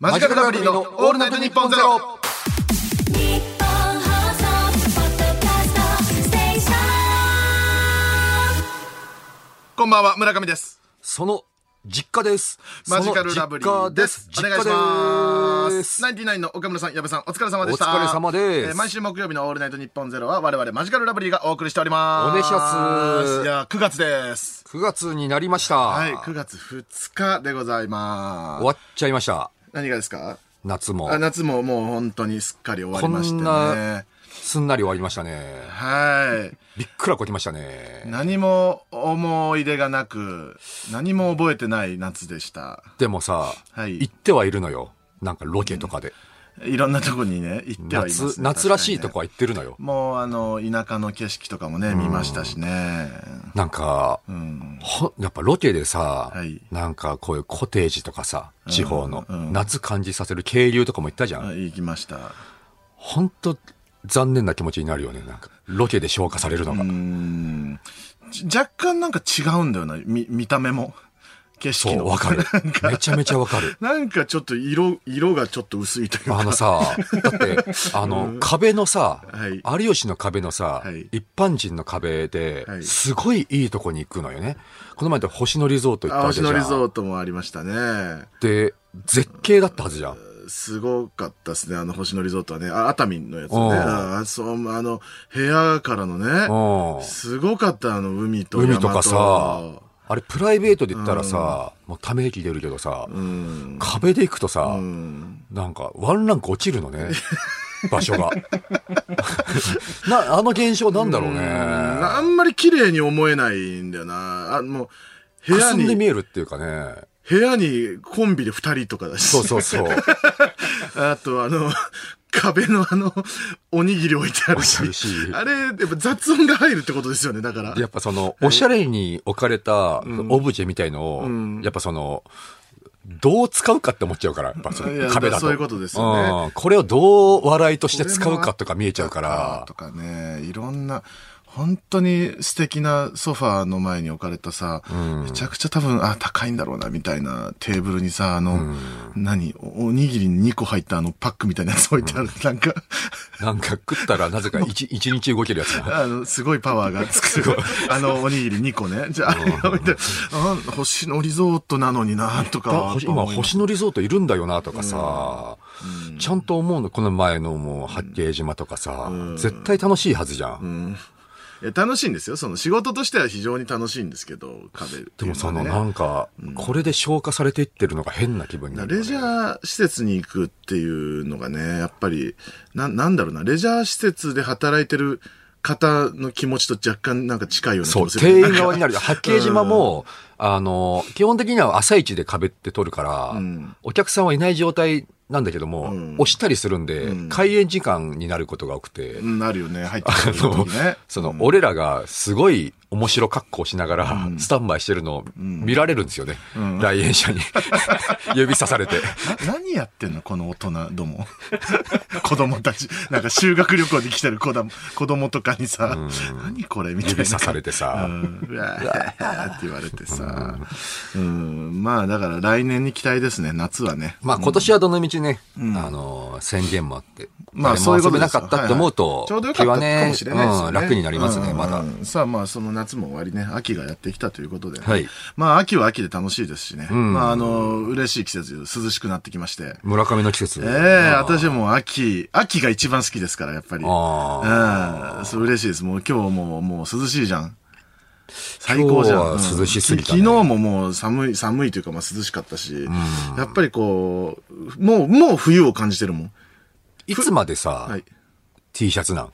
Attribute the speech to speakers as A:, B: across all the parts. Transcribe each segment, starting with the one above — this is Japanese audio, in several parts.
A: マジカルラブリーのオールナイトニッポンゼロ
B: 日本放送ポッドキャストステーション
A: こんばんは村上です
C: その実家です。
A: マジカルラブリーです
C: そ
A: お
C: の
A: 願い
C: 実
A: しま
C: 家です
A: ナインティナインの岡村さん矢部さんお疲れ様でした
C: お疲れ様です
A: えー毎週木曜日のオールナイトニッポンゼロは我々マジカルラブリーがお送りしております
C: お願いします
A: いや9月です
C: 9月になりました。
A: はい9月2日でございま
C: 終わっちゃいました。
A: す何がですか
C: 夏も
A: あ。夏ももう本当にすっかり終わりまして
C: こ
A: ね
C: んなすんなり終わりましたね。
A: はい
C: びっくらこきましたね。
A: 何も思い出がなく何も覚えてない夏でした
C: でもさ、
A: はい
C: 行ってはいるのよ。なんかロケとかで。
A: いろんなとこにね行ってはいますね
C: 夏、夏らしいとこ
A: 確か
C: は行ってるのよ
A: に。ねもうあの田舎の景色とかもね見ましたしね
C: なんか、
A: うん
C: ほやっぱロケでさ、
A: はい
C: なんかこういうコテージとかさ、地方の、夏感じさせる渓流とかも行ったじゃん。
A: あ行きました
C: ほんと残念な気持ちになるよね。なんか、ロケで消化されるのが。
A: うんち若干なんか違うんだよな見見た目も景
C: そ
A: 色
C: う、
A: の
C: わかる。めちゃめちゃわかる。
A: なんかちょっと色色がちょっと薄いというか
C: あのさ、だって、あの、壁のさ、
A: は
C: 有吉の壁のさ、
A: はい
C: 一般人の壁で
A: は、い
C: すごいいいとこに行くのよね。この前で星野リゾート行ったわけ
A: 青
C: じ
A: し
C: ゃん。
A: のリゾートもありましたね
C: で、絶景だったはずじゃん。
A: すごかったですね、あの星野リゾートはね。あ熱海のやつね。
C: うん
A: あそう、あの、部屋からのね。
C: う
A: すごかった、あの、海と
C: ん。
A: 山
C: 海
A: と。
C: とかさ、あれプライベートで行ったらさ、もうため息出るけどさ、
A: うん。
C: 壁で行くとさ、
A: うん
C: なんかワンランク落ちるの ね。場所が。 な、あの現象なんだろうね。
A: あんまり綺麗に思えないんだよな。あ、もう、部
C: く
A: 屋
C: すんで
A: に、
C: 見えるっていうかね。
A: 部屋にコンビで二人とかだし。
C: そうそうそう。
A: あと、あの、 壁のあの、おにぎり置いてあるし
C: 置いて
A: あ
C: あるし。
A: れ、やっぱ雑音が入るってことですよね、だから。
C: やっぱその、おしゃれに置かれたオブジェみたいのを、
A: ん
C: やっぱその、どう使うかって思っちゃうから、やっぱそ
A: いや
C: の壁だと。
A: そういうことですよね
C: うんこれをどう笑いとして使うかとか見えちゃうから
A: と、かね、いろんな、本当に素敵なソファーの前に置かれたさ、めちゃくちゃ多分、あ、高いんだろうな、みたいなテーブルにさ、あの、何お、おにぎりに2個入ったあのパックみたいなやつ置いてある。なんか、
C: なんか食ったらなぜか一一日動けるやつが。
A: あの、すごいパワーがつく。あの、おにぎり2個ね。じゃあ、あれが置いてあるあ星野リゾートなのにな、とか。
C: 今、星野リゾートいるんだよなとかさ、ちゃんと思うの、この前のもう八景島とかさ、絶対楽しいはずじゃん。
A: いや楽しいんですよ。その仕事としては非常に楽しいんですけど、壁っていうのはね
C: でもそのなんか、これで消化されていってるのが変な気分になるよ
A: レ
C: ね、
A: ジャー施設に行くっていうのがね、やっぱり、な、なんだろうな、レジャー施設で働いてる方の気持ちと若干なんか近いような気
C: そう、
A: もする
C: 定
A: な
C: 員側
A: んか
C: になる。八景島も、あの、基本的には朝一で壁って取るから、
A: ん
C: お客さんはいない状態なんだけども、
A: ん
C: 押したりするんで、開演時間になることが多くて、
A: うんなるよね、入って
C: あ
A: くる
C: の
A: 時ね。、
C: その
A: う、ん
C: 俺らがすごい面白格好しながら、スタンバイしてるのを見られるんですよね。来園者に。 指さされて。
A: な何やってんのこの大人ども。 子供たち。なんか修学旅行で来てる子だも子供とかにさ、何これみたいな。
C: 指さされてさ
A: うんうわーって言われてさ。うん。まあだから来年に期待ですね、夏はね。
C: まあ今年はどの道ね、あの、宣言もあって、
A: まあ、
C: 誰も
A: そういうこと
C: 遊べ
A: で
C: な
A: すよ
C: かったって思う
A: はいは
C: と
A: いちょうどよ、か
C: 気
A: った
C: は
A: か
C: ね
A: もしれないですよね、
C: うん楽になりますね、
A: うん
C: まだ
A: う。んさあまあ、その夏も終わりね、秋がやってきたということで、
C: はい
A: まあ、秋は秋で楽しいですしね。
C: ん
A: まあ、あの、嬉しい季節、涼しくなってきまして。
C: 村上の季節。
A: ええ私はもう秋、秋が一番好きですから、やっぱり。
C: あ
A: うん、そう嬉しいです。もう今日ももう涼しいじゃん。最高じゃん。
C: 今日は涼しすぎたね
A: うんき昨日ももう寒い、寒いというかまあ涼しかったし、やっぱりこう、もう、もう冬を感じてるもん。
C: いつまでさ、
A: はい。
C: T シャツなん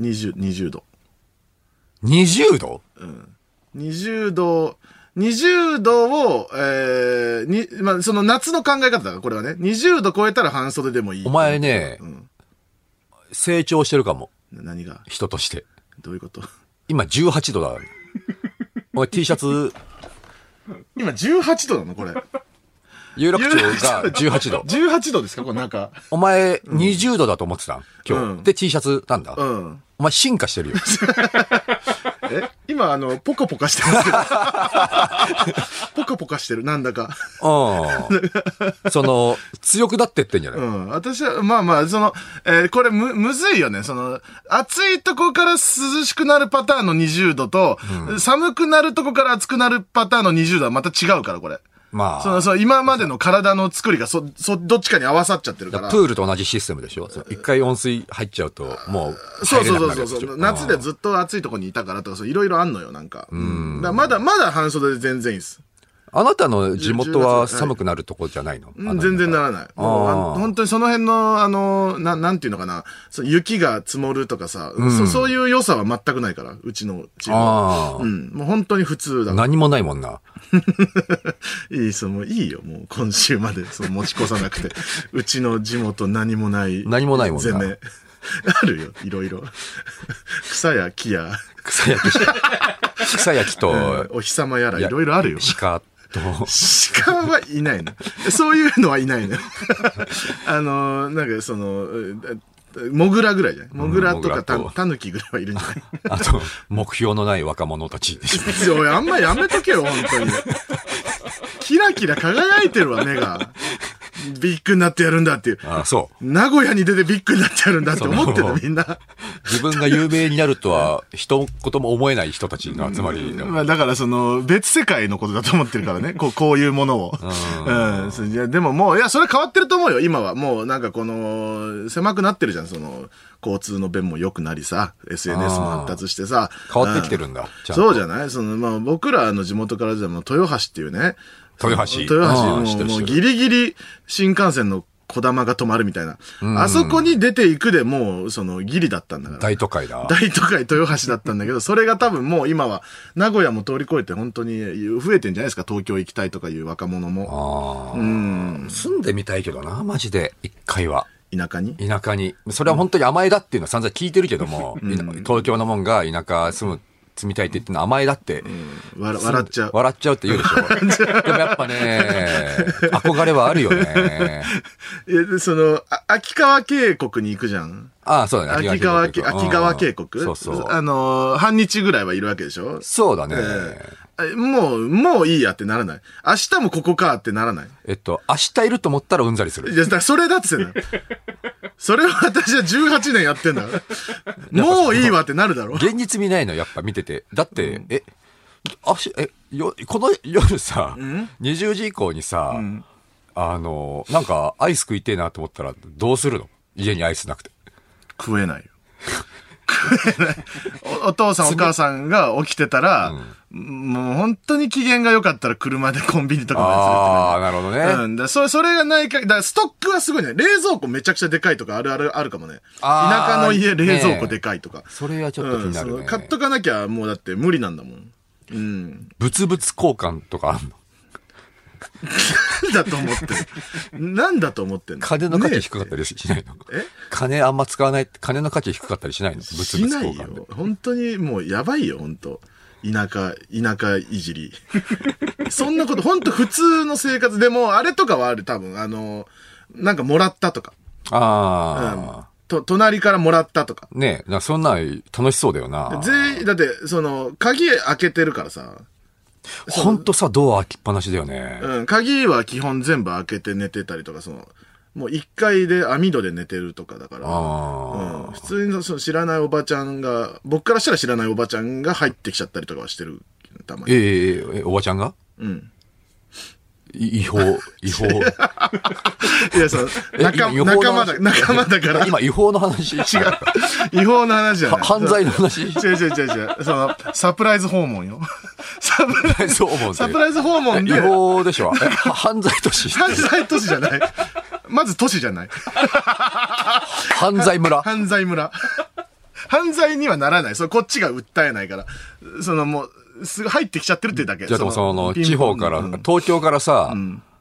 A: 20、20度。
C: ?20 度
A: 20度、20度を、えー、に、まあ、その夏の考え方だから、これはね。20度超えたら半袖でもいい。
C: お前ね、成長してるかも。
A: な何が
C: 人として。
A: どういうこと
C: 今18度だ。お前 T シ ャツ、
A: 今18度なのこれ。
C: 有楽町が18度。
A: 18度ですかこれ中。
C: お前20度だと思ってたん今日。
A: うん
C: で T シャツなんだ。
A: うん。
C: お前進化してるよ。
A: ええ今、あの、ポカポカしてますけ ど。ポカポカしてる、なんだか。
C: うん。その、強くなってってんじゃないううん
A: ん。私は、まあまあ、その、えーこれむ、むずいよね。その、暑いとこから涼しくなるパターンの20度と、寒くなるとこから暑くなるパターンの20度はまた違うから、これ。
C: ま
A: そ
C: あ
A: の、、その今までの体の作りが、そ、そ、どっちかに合わさっちゃってる
C: だ
A: か。
C: かららプールと同じシステムでしょその一回温水入っちゃうと、もう、
A: そう
C: 入れ
A: そう
C: なくなる
A: そ
C: や
A: う
C: つ
A: そ
C: でしょ
A: う。夏で
C: うん
A: ずっと暑いとこにいたからとか、そういろいろあんのよ、なんか。うん。だからまだ、まだ半袖で全然いいです。
C: あなたの地元は
A: 10月
C: 寒くなるとこじゃないの
A: うん
C: あの
A: 全然ならない。もうあの
C: あー
A: 本当にその辺の、あの、ななんていうのかな、そう雪が積もるとかさ、そ、そういう良さは全くないから、うちのチームは。
C: あ
A: う
C: あ。
A: ん、もう本当に普通だ。
C: 何もないもんな。
A: いい、その、いいよ、もう今週まで、その持ち越さなく て。うちの地元何もない。
C: 何もないもんな
A: 攻め。 あるよ、いろい ろ。草や木や、
C: 草焼き し草焼きと、
A: お日様やら、いろいろあるよ。
C: 鹿と、
A: 鹿はいない の。そういうのはいないの。 あの、なんかその、えモグラぐらいじゃないモグラとかタ
C: モグラと
A: タヌキぐらいはいるんじゃない
C: あと、目標のない若者たちでしょ。
A: おい、あんまやめとけよ、本当に。キラキラ輝いてるわ、目が。ビッグになってやるんだっていう。
C: ああ、そう。
A: 名古屋に出てビッグになってやるんだって思って
C: そ
A: た、
C: の
A: みんな。
C: 自分が有名になるとは、一言も思えない人たちの集まり だ。
A: まあだからその別世界のことだと思ってるからね。 こう、こういうものを。うん。そういや、でももう、いや、それ変わってると思うよ、今は。もうなんかこの、狭くなってるじゃん、その、交通の便も良くなりさ、SNS も発達してさ。
C: 変わってきて
A: う
C: るんだ。
A: んそうじ
C: ゃん
A: ゃないその、まあ僕らの地元からじゃもう豊橋っていうね。
C: 豊
A: そ
C: 橋
A: の豊橋、
C: うん知っ
A: も
C: て
A: う
C: る
A: もう
C: 知って
A: ギ
C: る
A: リギリ新幹線の小玉が止まるみたいな。あそこに出ていくでもう、その、ギリだったんだから。
C: 大都会だ。
A: 大都会豊橋だったん だけど、それが多分もう今は、名古屋も通り越えて本当に増えてんじゃないですか、東京行きたいとかいう若者も。
C: ああ、住んでみたいけどな、マジで。一回は。
A: 田舎に。
C: 田舎に。それは本当に甘えだっていうのは散々聞いてるけども、いな東京のもんが田舎住む、住みたいって言ってるのは甘えだって。
A: わら笑っちゃう。
C: 笑っちゃうって言うでしょ。でもやっぱね、憧れはあるよね。
A: えでその、あ秋川渓谷に行くじゃん。
C: ああ、そうだね。
A: 秋川渓
C: 渓
A: 谷。秋川渓
C: う
A: 谷
C: んそうそう。
A: あのー、半日ぐらいはいるわけでしょ
C: そうだね。
A: えもう、もういいやってならない。明日もここかってならない。
C: えっと、明日いると思ったらうんざりす
A: い
C: る。
A: や、だからそれだっ つってんだよそれを私は18年やってんだからもういいわってなるだろ。
C: 現実見ないの、やっぱ見てて。だって、え、あし、え、よ、この夜さ、20時以降にさ、あの、なんかアイス食いてえなと思ったらどうするの家にアイスなくて。
A: 食えないよ。 食えない。おお父さんお母さんが起きてたら、もう本当に機嫌が良かったら車でコンビニとか
C: ああ、
A: ま
C: なるほど
A: で連れてくる。
C: ね。
A: うん、だそれ、それがないか、だからストックはすごいね。冷蔵庫めちゃくちゃでかいとかあるあるあるかもね。
C: あ
A: 田
C: ー
A: 舎の家冷蔵庫
C: ね
A: でかいとか。
C: それはちょっと気
A: うん、
C: にな
A: そ
C: る
A: の
C: ね。
A: 買っとかなきゃもうだって無理なんだもん。うん。
C: 物々交換とかあんの
A: なんだと思 ってる。なんだと思ってんの
C: 金の価値
A: ね
C: 低かったりしないの
A: え
C: 金あんま使わない、金の価値低かったりしないの物
A: し
C: 々
A: ない
C: 交換で
A: よ。。本当にもうやばいよ、本当田舎、田舎いじり。 そんなこと、本当普通の生活でも、あれとかはある、多分。あの、なんかもらったとか。うん
C: ああ、
A: と、隣からもらったとか。
C: ねえ、なんかそんなん楽しそうだよな。
A: 全員、だって、その、鍵開けてるからさ。
C: ほんとさ、ドア開きっぱなしだよね。
A: うん、鍵は基本全部開けて寝てたりとか、その、もう一階で網戸で寝てるとかだから。
C: あ
A: うん、普通にその知らないおばちゃんが、僕からしたら知らないおばちゃんが入ってきちゃったりとかはしてる、たま
C: え
A: に。
C: ええええおばちゃんが
A: うん。
C: い違法、違法。
A: いや、その、
C: え
A: 仲
C: 違法の
A: 仲間だ、仲間だから、
C: 今、違法の話違う。
A: 違法な話じゃない。
C: 犯罪の話
A: 違う違う違う違う。その、サプライズ訪問よ。 サプライズ、
C: そう思うんです
A: サプライズ訪問
C: 違
A: で、犯
C: 法でしょえは犯罪として、
A: 罪都市じゃない。まず都市じゃない。
C: 犯罪村。
A: 犯罪村。 犯罪にはならない。それこっちが訴えないから。そのもう、すぐ入ってきちゃってるっていうだけ。
C: じゃあでもその、
A: ピンポン
C: 地方から、
A: うん
C: 東京からさ、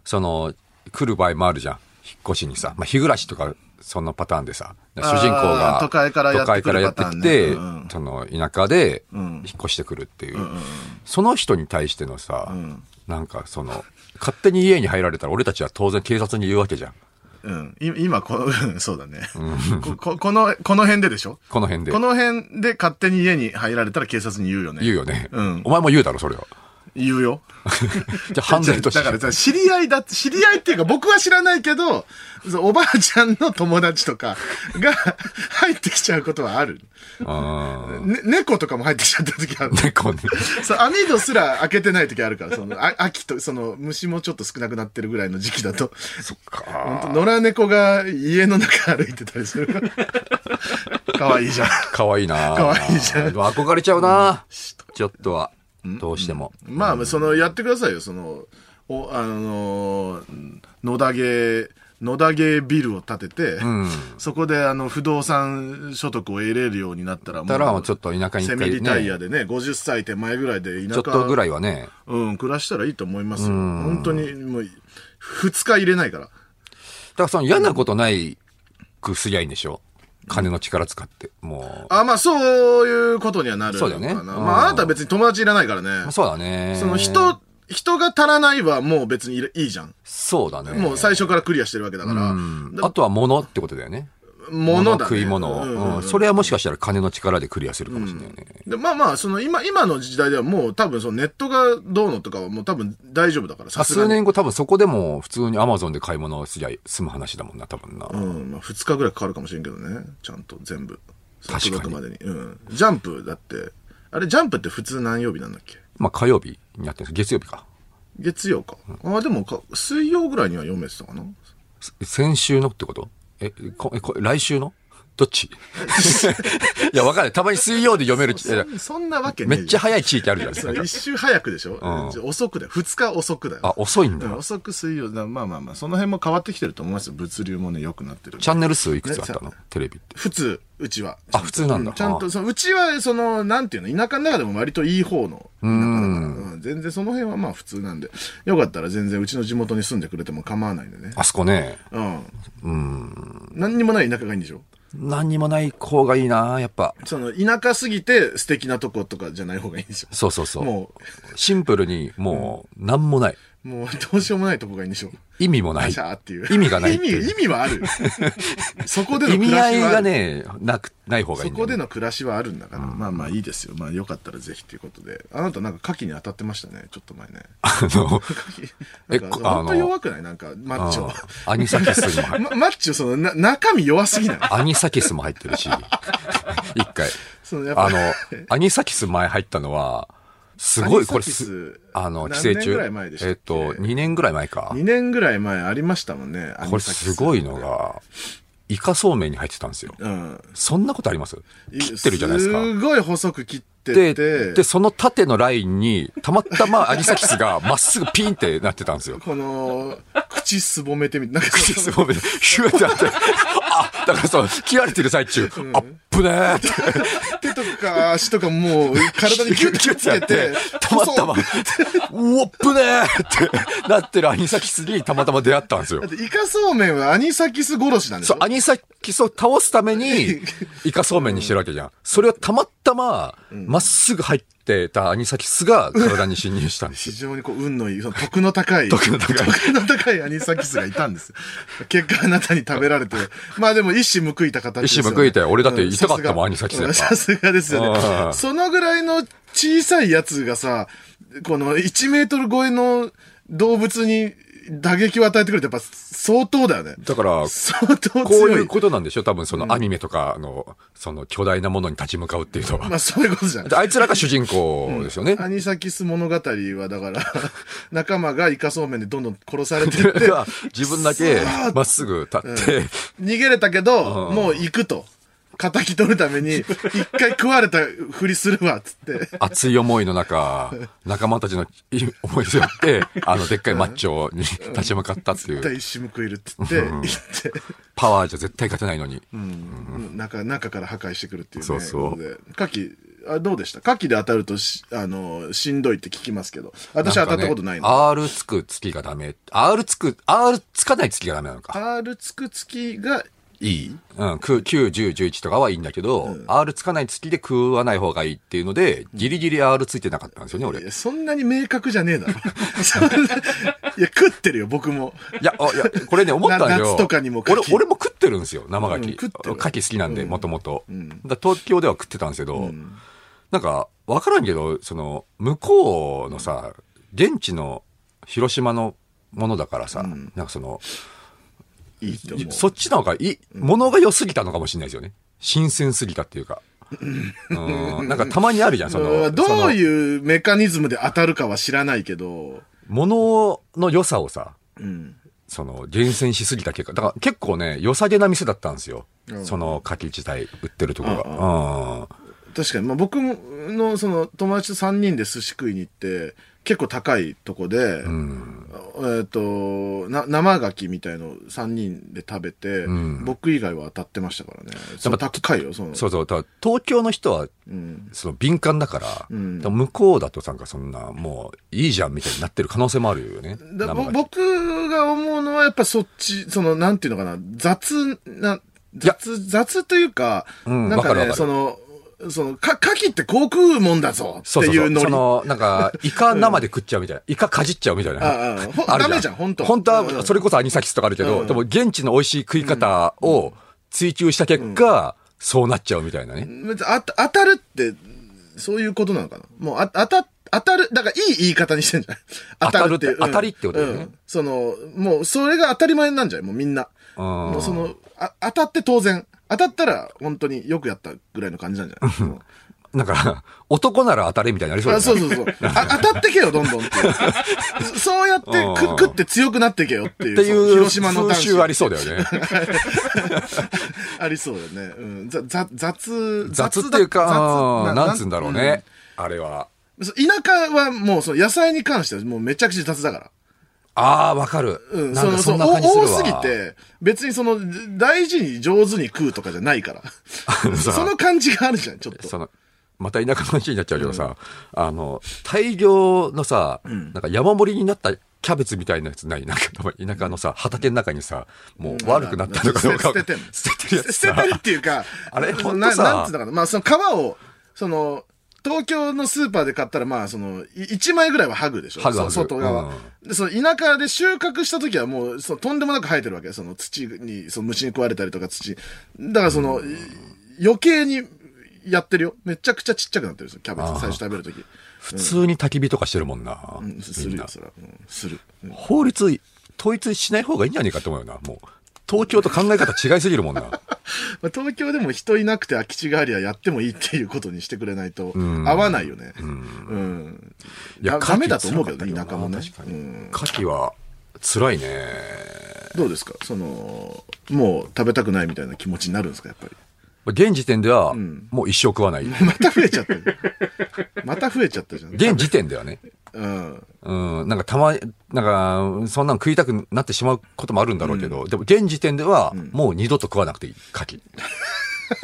C: その、来る場合もあるじゃん。引っ越しにさ。まあ、日暮らしとか、そのパターンでさ、主人公
A: あ
C: が
A: ー都会からやってくる
C: 都会からやってきて、
A: パターンねうん
C: その、田舎で、
A: ん
C: 引っ越してくるっていう、その人に対してのさ、なんかその、勝手に家に入られたら俺たちは当然警察に言うわけじゃん。
A: うん。い今、この、うんそうだね。こここの、この辺ででしょ
C: この辺で
A: こ。の辺で勝手に家に入られたら警察に言うよね。
C: 言うよね、
A: うん
C: お前も言うだろ、それは。
A: 言うよ。
C: じゃあ犯罪として。
A: だからさ、知り合いだって、知り合いっていうか僕は知らないけど、そうおばあちゃんの友達とかが入ってきちゃうことはある。
C: うん
A: ね、猫とかも入ってきちゃった時ある。
C: 猫ね。
A: そう網戸すら開けてない時あるから、その、あ秋と、その、虫もちょっと少なくなってるぐらいの時期だと、
C: そっ
A: ほんと
C: か。
A: 野良猫が家の中歩いてたりする。 かわいいじゃん。
C: かわいいな。
A: かわいいじゃん
C: でも憧れちゃうな。ちょっとは。どうしても。
A: まあ、その、やってくださいよ、その、お、あのー野田芸、野田芸ビルを建てて、
C: うん。
A: そこで、あの、不動産所得を得れるようになったら、もう
C: たら、ちょっと田舎に一
A: セ
C: 回
A: ミ
C: ね。
A: リタイヤでね、50歳手前ぐらいで田
C: ちょ
A: 舎
C: っとぐらいはね。
A: うん、暮らしたらいいと思いますよ。本当に、もう、2日入れないから。
C: だからその嫌なことないくすりゃいいんでしょ金の力使って。も
A: あ、まあ、そういうことにはなるのかな。
C: そうだよねうん
A: まあ、あなたは別に友達いらないからね
C: う。。そうだね。
A: その人、人が足らないはもう別にいいじゃん。
C: そうだね。
A: もう最初からクリアしてるわけだから。
C: うんあとは物ってことだよね。
A: 物だ、ね。
C: 食い物、
A: う
C: うんん
A: うん
C: それはもしかしたら金の力でクリアするかもしれないよね。
A: でまあまあ、その今、今の時代ではもう多分そのネットがどうのとかはもう多分大丈夫だから、
C: あ
A: さすがに。
C: 数年後多分そこでも普通にアマゾンで買い物をすりゃ済む話だもんな、多分な。
A: うん、まあ2日ぐらいかかるかもしれんけどね。ちゃんと全部。
C: 確かに
A: 届くまでに。うん。ジャンプだって、あれジャンプって普通何曜日なんだっけ
C: まあ火曜日にやってるんです月曜日か。
A: 月曜か。ああ、でもか、水曜ぐらいには読めてたかな。
C: す先週のってことえこえこ来週のどっち いや、わかんない。たまに水曜で読める。いや
A: そそんなわけね
C: め
A: えよ
C: っちゃ早い地域あるじゃないです
A: そ
C: か
A: う
C: なん
A: 一
C: か。
A: 周早くでしょ、
C: うん
A: 遅くだよ。2日遅くだよ。
C: あ、遅いん
A: う
C: だ
A: ん。遅く水曜だ。まあまあまあ、その辺も変わってきてると思いますよ。物流もね、良くなってるんで。
C: チャンネル数いくつあったのテレビって。
A: 普通、うちは。
C: あ普通なんだ
A: うちゃん
C: あ
A: と、
C: あ
A: そのうちは、その、なんていうの、田舎の中でも割といい方の田舎だから、うん全然その辺はまあ普通なんで、よかったら全然うちの地元に住んでくれても構わないんでね。
C: あそこね。
A: うん。
C: うん。
A: 何にもない田舎がいいんでしょ
C: 何にもない方がいいな、やっぱ。
A: その、田舎すぎて素敵なとことかじゃない方がいいんでしょ
C: そうそうそう。
A: も
C: シンプルに、もう、何もない。
A: う、もうどうしようもないとこがいいんでしょ
C: 意味もな
A: ガ
C: い。
A: シャーっていう。
C: 意味がない
A: 意
C: って
A: 味、
C: いう
A: 意味はあ る。そこでの
C: 意
A: 暮
C: 味
A: ら
C: 合
A: し
C: い
A: はある。
C: がね、なく、ない方がいい
A: そ
C: んだよ
A: こ
C: ね
A: での暮らしはあるんだから、まあまあいいですよ。まあよかったらぜひということで。あなたなんか牡蠣に当たってましたね、ちょっと前ね。
C: あの、
A: な
C: え
A: んか
C: こあの
A: 本当弱くないなんか、マッチョ。
C: あアニサキスも 入、
A: まマッチョ、その、な中身弱す ぎない
C: アニサキスも入って るし、一回。
A: そのやっぱ
C: あの、アニサキス前入ったのは、すごい、こ
A: アニサキ
C: れ
A: ス
C: す、あの、寄
A: 何
C: 生
A: 年
C: 虫。
A: ぐらい前でしたっけ
C: えっと、2年ぐらい前か
A: 年ぐらい前ありましたもんね。
C: これすごいの
A: アニサ
C: が、イカそうめんに入ってたんですよ。
A: キス。うん。
C: そんなことあります切ってるじゃないですか。
A: すごい細く切ってて、
C: で、で、その縦のラインに、たまたまアニサキスがまっすぐピンってなってたんで すよ。
A: この、口すぼめてみて、なんか
C: 口すぼめて、ヒューってなって、あ、だからそう、切られてる最中、あっぶねーって、、
A: 手とか足とかもう体にギュッギュッつけて
C: たまたま、うおっぶねーってなってるアニサキスにたまたま出会ったんですよ
A: だっ。てイカそうめんはアニサキス殺しなんでし
C: そ
A: ょ
C: う、アニサキスを倒すために、イカそうめんにしてるわけじゃん。それをたまたま、まっすぐ入ってたアニサキスが体に侵入したんです
A: 非
C: よ。
A: 常にこう、運のいい、その徳の高い、
C: 毒の高い
A: 徳の高いアニサキスがいたんです よ。結果あなたに食べられて、まあでも一矢報いた形ですよ、
C: 一矢報いたよ俺だって痛かったもん
A: う
C: アニサキスやっ
A: さ
C: ぱ
A: すがさ すがですよ
C: う
A: ね。
C: ん
A: そのぐらいの小さいやつがさ、この1メートル超えの動物に打撃を与えてくるってやっぱ相当 だよね。
C: だから、
A: 相当
C: こう
A: 強
C: い
A: い。
C: うことなんでしょ多分そのアニメとかの、その巨大なものに立ち向かうっていうのは。
A: まあそういうことじゃん。
C: あいつらが主人公ですよね。
A: アニサキス物語はだから、仲間がイカそうめんでどんどん殺されてって
C: で、は自分だけ
A: さあ
C: まっすぐ立って、
A: 逃げれたけど、もう行くと。敵取るために、一回食われたふりするわ、つって。
C: 熱い思いの中、仲間たちのいい思いを背 負って、あの、でっかいマッチョに立ち向かったってい
A: 絶対
C: う、
A: 一矢報いるっつって、行って、
C: パワーじゃ絶対勝てないのに。
A: 中、中から破壊してくるっていうね。
C: そうそう
A: ことで。カキ、あどうでしたカキで当たるとし、あの、しんどいって聞きますけど。私当たったことないの。
C: んかね R つく月がダメ。R つく、R つかない月がダメなのか。
A: R つくつきがいい
C: うん、9、9、10、11とかはいいんだけど、R つかない月で食わない方がいいっていうので、ギリギリ R ついてなかったんですよね、俺。
A: い
C: い
A: やそんなに明確じゃねえだろ。 そんないや、食ってるよ、僕も。
C: や、あいやこれね、思ったんだよ。
A: 夏とかにも牡
C: 俺
A: 蠣、
C: 俺も食ってるんですよ、生牡
A: うん
C: 蠣。
A: 食ってる
C: 牡蠣好きなんで、もともと。
A: ん
C: だから東京では食ってたんですけど、
A: ん
C: なんか、わからんけど、その、向こうのさ、現地の広島のものだからさ、なんかその、
A: いいと思う。
C: そっちの方がいい、ものが良すぎたのかもしれないですよね。新鮮すぎたっていうか。うん、なんかたまにあるじゃん、その。
A: うんど
C: そうの
A: いうメカニズムで当たるかは知らないけど、
C: ものの良さをさ、
A: うん。
C: その、厳選しすぎた結果。だから結構ね、良さげな店だったんですよ。
A: ん
C: その、牡蠣自体売ってるとこが。
A: 確かに、まあ、僕のその友達と3人で寿司食いに行って、結構高いとこで、
C: うん。
A: えっ、とな、生牡蠣みたいのを3人で食べて、
C: ん
A: 僕以外は当たってましたからね。その高いよ、その。
C: そうそう。だから東京の人は、
A: うん。
C: その、敏感だから、
A: ん
C: だから向こうだとなんかそんな、もう、いいじゃんみたいになってる可能性もあるよね。
A: だぼ
C: 生牡蠣
A: 僕が思うのはやっぱそっち、その、なんていうのかな、雑な、雑、雑というか、
C: うん
A: なんか
C: わかる
A: ね、
C: わかる
A: その、その、か、牡蠣ってこう食うもんだぞって
C: そうそう
A: い
C: そうう。そ
A: の
C: の、なんか、イカ生で食っちゃうみたいな。イカかじっちゃうみたい
A: ああ
C: な。
A: ほんダメじゃん本当
C: 本当
A: うんう
C: は、
A: ん
C: それこそアニサキスとかあるけど、でも現地の美味しい食い方を追求した結果、そうなっちゃうみたいなね。
A: り、あた当たるって、そういうことなのかな。もう、あ、当た、当たる、だからいい言い方にしてんじゃん。い
C: 当たるっ
A: う
C: て当たりってことだよね
A: んその、もう、それが当たり前なんじゃないもうみんな。
C: うん
A: もうその、あ、当たって当然。当たったら、本当によくやったぐらいの感じなんじゃないその
C: なんか、 男なら当たれみたいになりそうだ
A: あ
C: ね。
A: そうそうそう。 あ当たってけよ、どんどんっていう。そそうやって
C: うん
A: く、食って強くなってけよっていう。
C: って
A: その
C: いう
A: 広島の
C: 風
A: 男
C: 習
A: 子。
C: ありそうだ よね。
A: ありそうだね。うん。ざ、ざ、雑。
C: 雑っていうか、
A: だ
C: うんなんつうんだろう。ね。あれは。
A: うんそう田舎はもう、その野菜に関してはもうめちゃくちゃ雑だから。
C: ああ、わかる。
A: うん。
C: なんかそんな
A: の
C: 感じするわ。
A: 多すぎて、別にその、大事に上手に食うとかじゃないから。
C: の さ
A: その感じがあるじゃん、ちょっと。
C: その、また田舎の話になっちゃうけどさ、あの、大量のさ、なんか山盛りになったキャベツみたいなやつないなんか田舎のさ、畑の中にさ、もう悪くなったのかどうか、
A: うん捨ててんの
C: 捨ててるやつ
A: 捨ててる
C: さ
A: っ、ていうか、
C: あれ
A: な
C: ほんとさ
A: なんつうのかな。まあ、その皮を、その、東京のスーパーで買ったら、まあ、その、い1枚ぐらいはハグでしょ
C: ハグハグ
A: そ外側、で、その、田舎で収穫した時はもう、その、とんでもなく生えてるわけ。その、土に、その、虫に食われたりとか土。だから、その、い余計にやってるよ。めちゃくちゃちっちゃくなってるんですよ。キャベツ最初食べる時。
C: 普通に焚き火とかしてるもんな。
A: うん、する
C: みんな
A: よ、。それは。うん、する。うん
C: 法律、統一しない方がいいんじゃねえかって思うよな、もう。東京と考え方違いすぎる もんな。
A: まあ、東京でも人いなくて空き地がありゃやってもいいっていうことにしてくれないと、合わないよね。うん
C: いや、
A: だダメだと思うけどね
C: 牡蠣
A: 田舎もね
C: 辛かったけ
A: う
C: どな確かに。牡蠣は辛いね。
A: どうですかその、もう食べたくないみたいな気持ちになるんですかやっぱり。
C: 現時点では、もう一生食わない。
A: また増えちゃったじゃん。また増えちゃったじゃん。
C: 現時点ではね。
A: うん。
C: うん、なんかたま、なんか、そんなの食いたくなってしまうこともあるんだろうけど、でも現時点では、もう二度と食わなくていい、牡 蠣。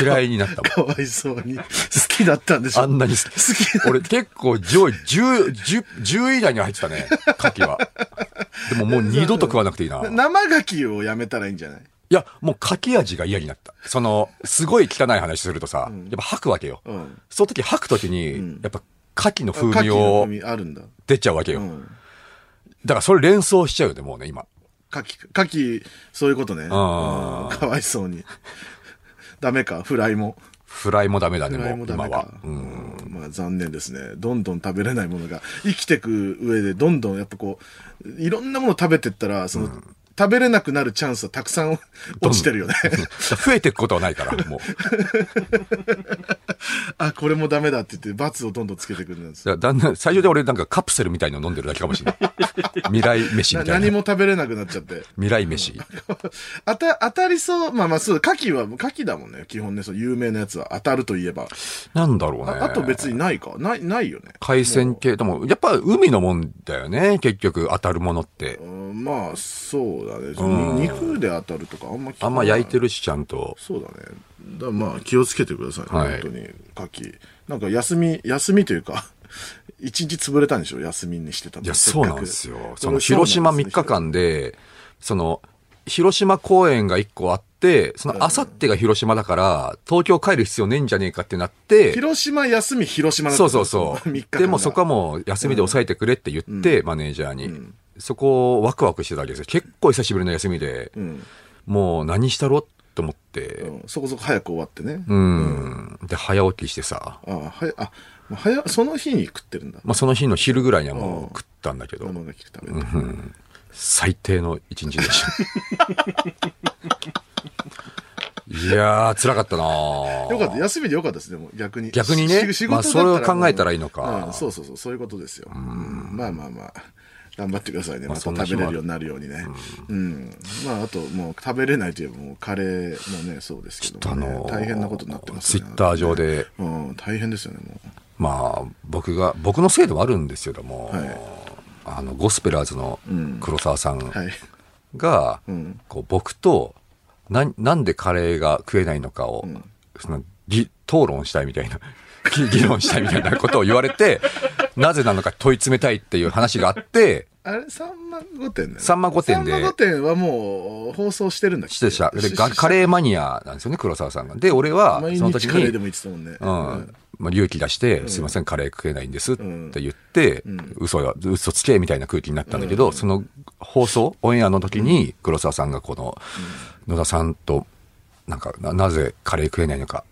C: 嫌いになったもん。
A: かわいそうに。好きだったんでしょ
C: あんなに好
A: 好き
C: 俺結構上位10、10、10位以内には入ってたね、牡蠣は。でももう二度と食わなくていいな。い
A: 生牡蠣をやめたらいいんじゃない
C: や、もう牡蠣味が嫌になった。その、すごい汚い話するとさ、やっぱ吐くわけよ。
A: うん。
C: その時吐く時に、やっぱ牡蠣の風
A: 牡蠣
C: 味
A: の
C: を
A: 風味あるんだ。
C: 出ちゃうわけよ。
A: うん。
C: だからそれ連想しちゃうよね、もうね、今。
A: 牡蠣、牡蠣、そういうことね。うん
C: あ
A: かわいそうに。ダメか、フライも。
C: フライもダメだね、
A: フライも
C: もう
A: ダ
C: 今
A: メ
C: は
A: か。。
C: う
A: うんんまあ残念ですね。どんどん食べれないものが、生きてく上でどんどんやっぱこう、いろんなもの食べてったら、その、食べれなくなるチャンスはたくさん落ちてるよね。
C: 増えていくことはないから、もう。だか
A: あ、これもダメだって言って、罰をどんどんつけてくるんですよ。
C: らだんだん、最初で俺なんかカプセルみたいの飲んでるだけかもしれない。未来飯
A: な
C: みたい
A: 何
C: な。
A: も食べれなくなっちゃって。
C: 未来飯。
A: 当た、当たりそう。まあまあそう、牡蠣は、牡蠣だもんね。基本ね、そう、有名なやつは当たるといえば。
C: なんだろうね。
A: ああと別にないか。ない、ないよね。
C: 海鮮系、でも、やっぱ海のもんだよね、結局、当たるものって
A: う。んまあ、そうだね。
C: ん
A: 肉で当たるとかあんま聞かない
C: あんま焼いてるし、ちゃんと。
A: そうだね。だからまあ気をつけてください、ね
C: はい
A: 本当に、牡蠣。なんか休み、休みというか、 一日潰れたんでしょ休みにしてたの
C: いや、
A: せっか
C: そう
A: く
C: なんですよ。その、広島3日間で、その、広島公演が1個あって、そのあさってが広島だから、東京帰る必要ねえんじゃねえかってなって、
A: 広島休み、広島だった
C: そうそうそ
A: 三日
C: う。
A: 間
C: でもそこはもう休みで抑えてくれって言って、マネージャーに。そこをワクワクしてたわけですよ。結構久しぶりの休みで、
A: うん、
C: もう何したろと思って
A: う、んそこそこ早く終わってね。
C: うん。で、早起きしてさ、
A: ああ、はや、あ、まあ早、その日に食ってるんだ。
C: まあその日の昼ぐらいには
A: うん
C: もう食ったんだけど、
A: 生がきく食べて。
C: 最低の一日で した。いやー、辛かったなー
A: よかった、休みでよかったです、でも逆に。
C: 逆にね
A: し仕事
C: ま
A: だ
C: あ
A: ったらもう
C: それを考えたらいいのか
A: うんそうそうそう、そういうことですよ。うんまあまあまあ。頑張ってくださいね。ま
C: まあ
A: た
C: そん
A: 食
C: な日
A: べれ
C: も
A: るようになるようにね。うん。まあ、あと、もう食べれないといえば、もうカレーもね、そうですけど
C: あ
A: もね、
C: のー
A: 大変なことになってます
C: ツイッター上で、
A: うん、大変ですよね、も
C: まあ、僕が、僕のせいではあるんですけども、
A: はい
C: あの、ゴスペラーズの黒沢さん
A: う。はい。
C: が、
A: ん
C: こう僕とな、なんでカレーが食えないのかを、その、ぎ討論したいみたいな、 ぎ議論したいみたいなことを言われ て、なぜなのか問い詰めたいっていう話があって、
A: あれ、さんま御殿だよ
C: さんま御殿で
A: さんま御殿はもう、放送してるんだっけ
C: してした。で、がカレーマニアなんですよね、黒沢さんが。で、俺は、
A: 毎
C: その
A: 日
C: 時
A: カレーで
C: に、
A: も言ってたもんね。
C: うん。まあ、勇気出して、すいません、カレー食えないんですって言って、嘘や、嘘つけ、みたいな空気になったんだけど、その放送、オンエアの時に、黒沢さんがこの、野田さんと、なんかな、なぜカレー食えないのか、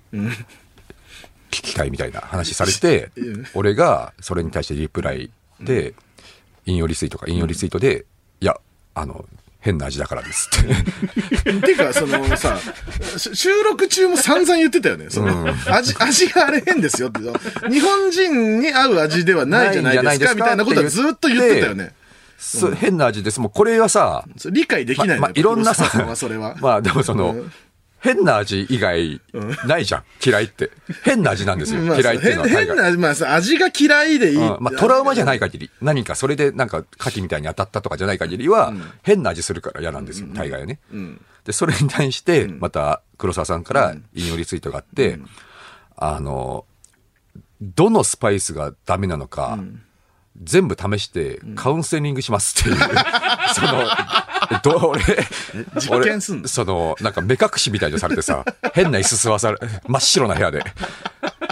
C: 聞きたいみたいな話されて
A: うん、
C: 俺がそれに対してリプライで、引用リツイートか、引用リツイートで、いや、あの、変な味だからですって。
A: ていうか、そのさ、し収録中も散々言ってたよね。その、味、味があれ変ですよって。日本人に合う味ではないじゃないですか、みたいなことはずっと言ってたよね。
C: そう変な味です。もうこれはさ、
A: それ理解できないの
C: ま
A: よ
C: まいろんな
A: 黒沢
C: さ
A: んは、 それは。
C: まあでもその、変な味以外ないじゃん。嫌いって。変な味なんですよ。
A: まあ
C: 嫌いっていうのは
A: 変
C: 大
A: 変
C: 概。
A: な、まあさ、味が嫌いでいい。
C: うんまあ、トラウマじゃ
A: ない。
C: ない限り、何かそれでなんか、牡蠣みたいに当たったとかじゃない限りは、変な味するから嫌なんですよ、大概はね。で、それに対して、また、黒沢さんから引用リツイートがあって、あの、どのスパイスがダメなのか、全部試して、カウンセリングしま すっていう、その、ど俺、
A: 実験すんの
C: 俺その、なんか目隠しみたいにされてさ、変な椅子吸わされ、真っ白な部屋で、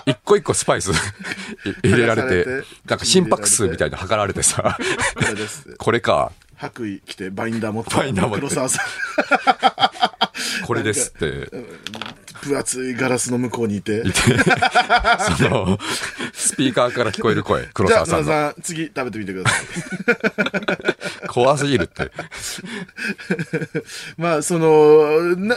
C: 一個一個スパイス入れられ
A: 剥がされ
C: て
A: て、
C: なんか心拍数みたいなの測られて さ、
A: これです
C: これか、
A: 白衣着て、バインダー持って。
C: バインダー持って
A: 黒沢さん。
C: これですって、
A: 分厚いガラスの向こうにいて。
C: その、スピーカーから聞こえる声、黒
A: じゃあ、野
C: 沢さ
A: 田
C: んの。
A: さん、次食べてみてください。
C: 怖すぎるって。
A: まあ、その、な、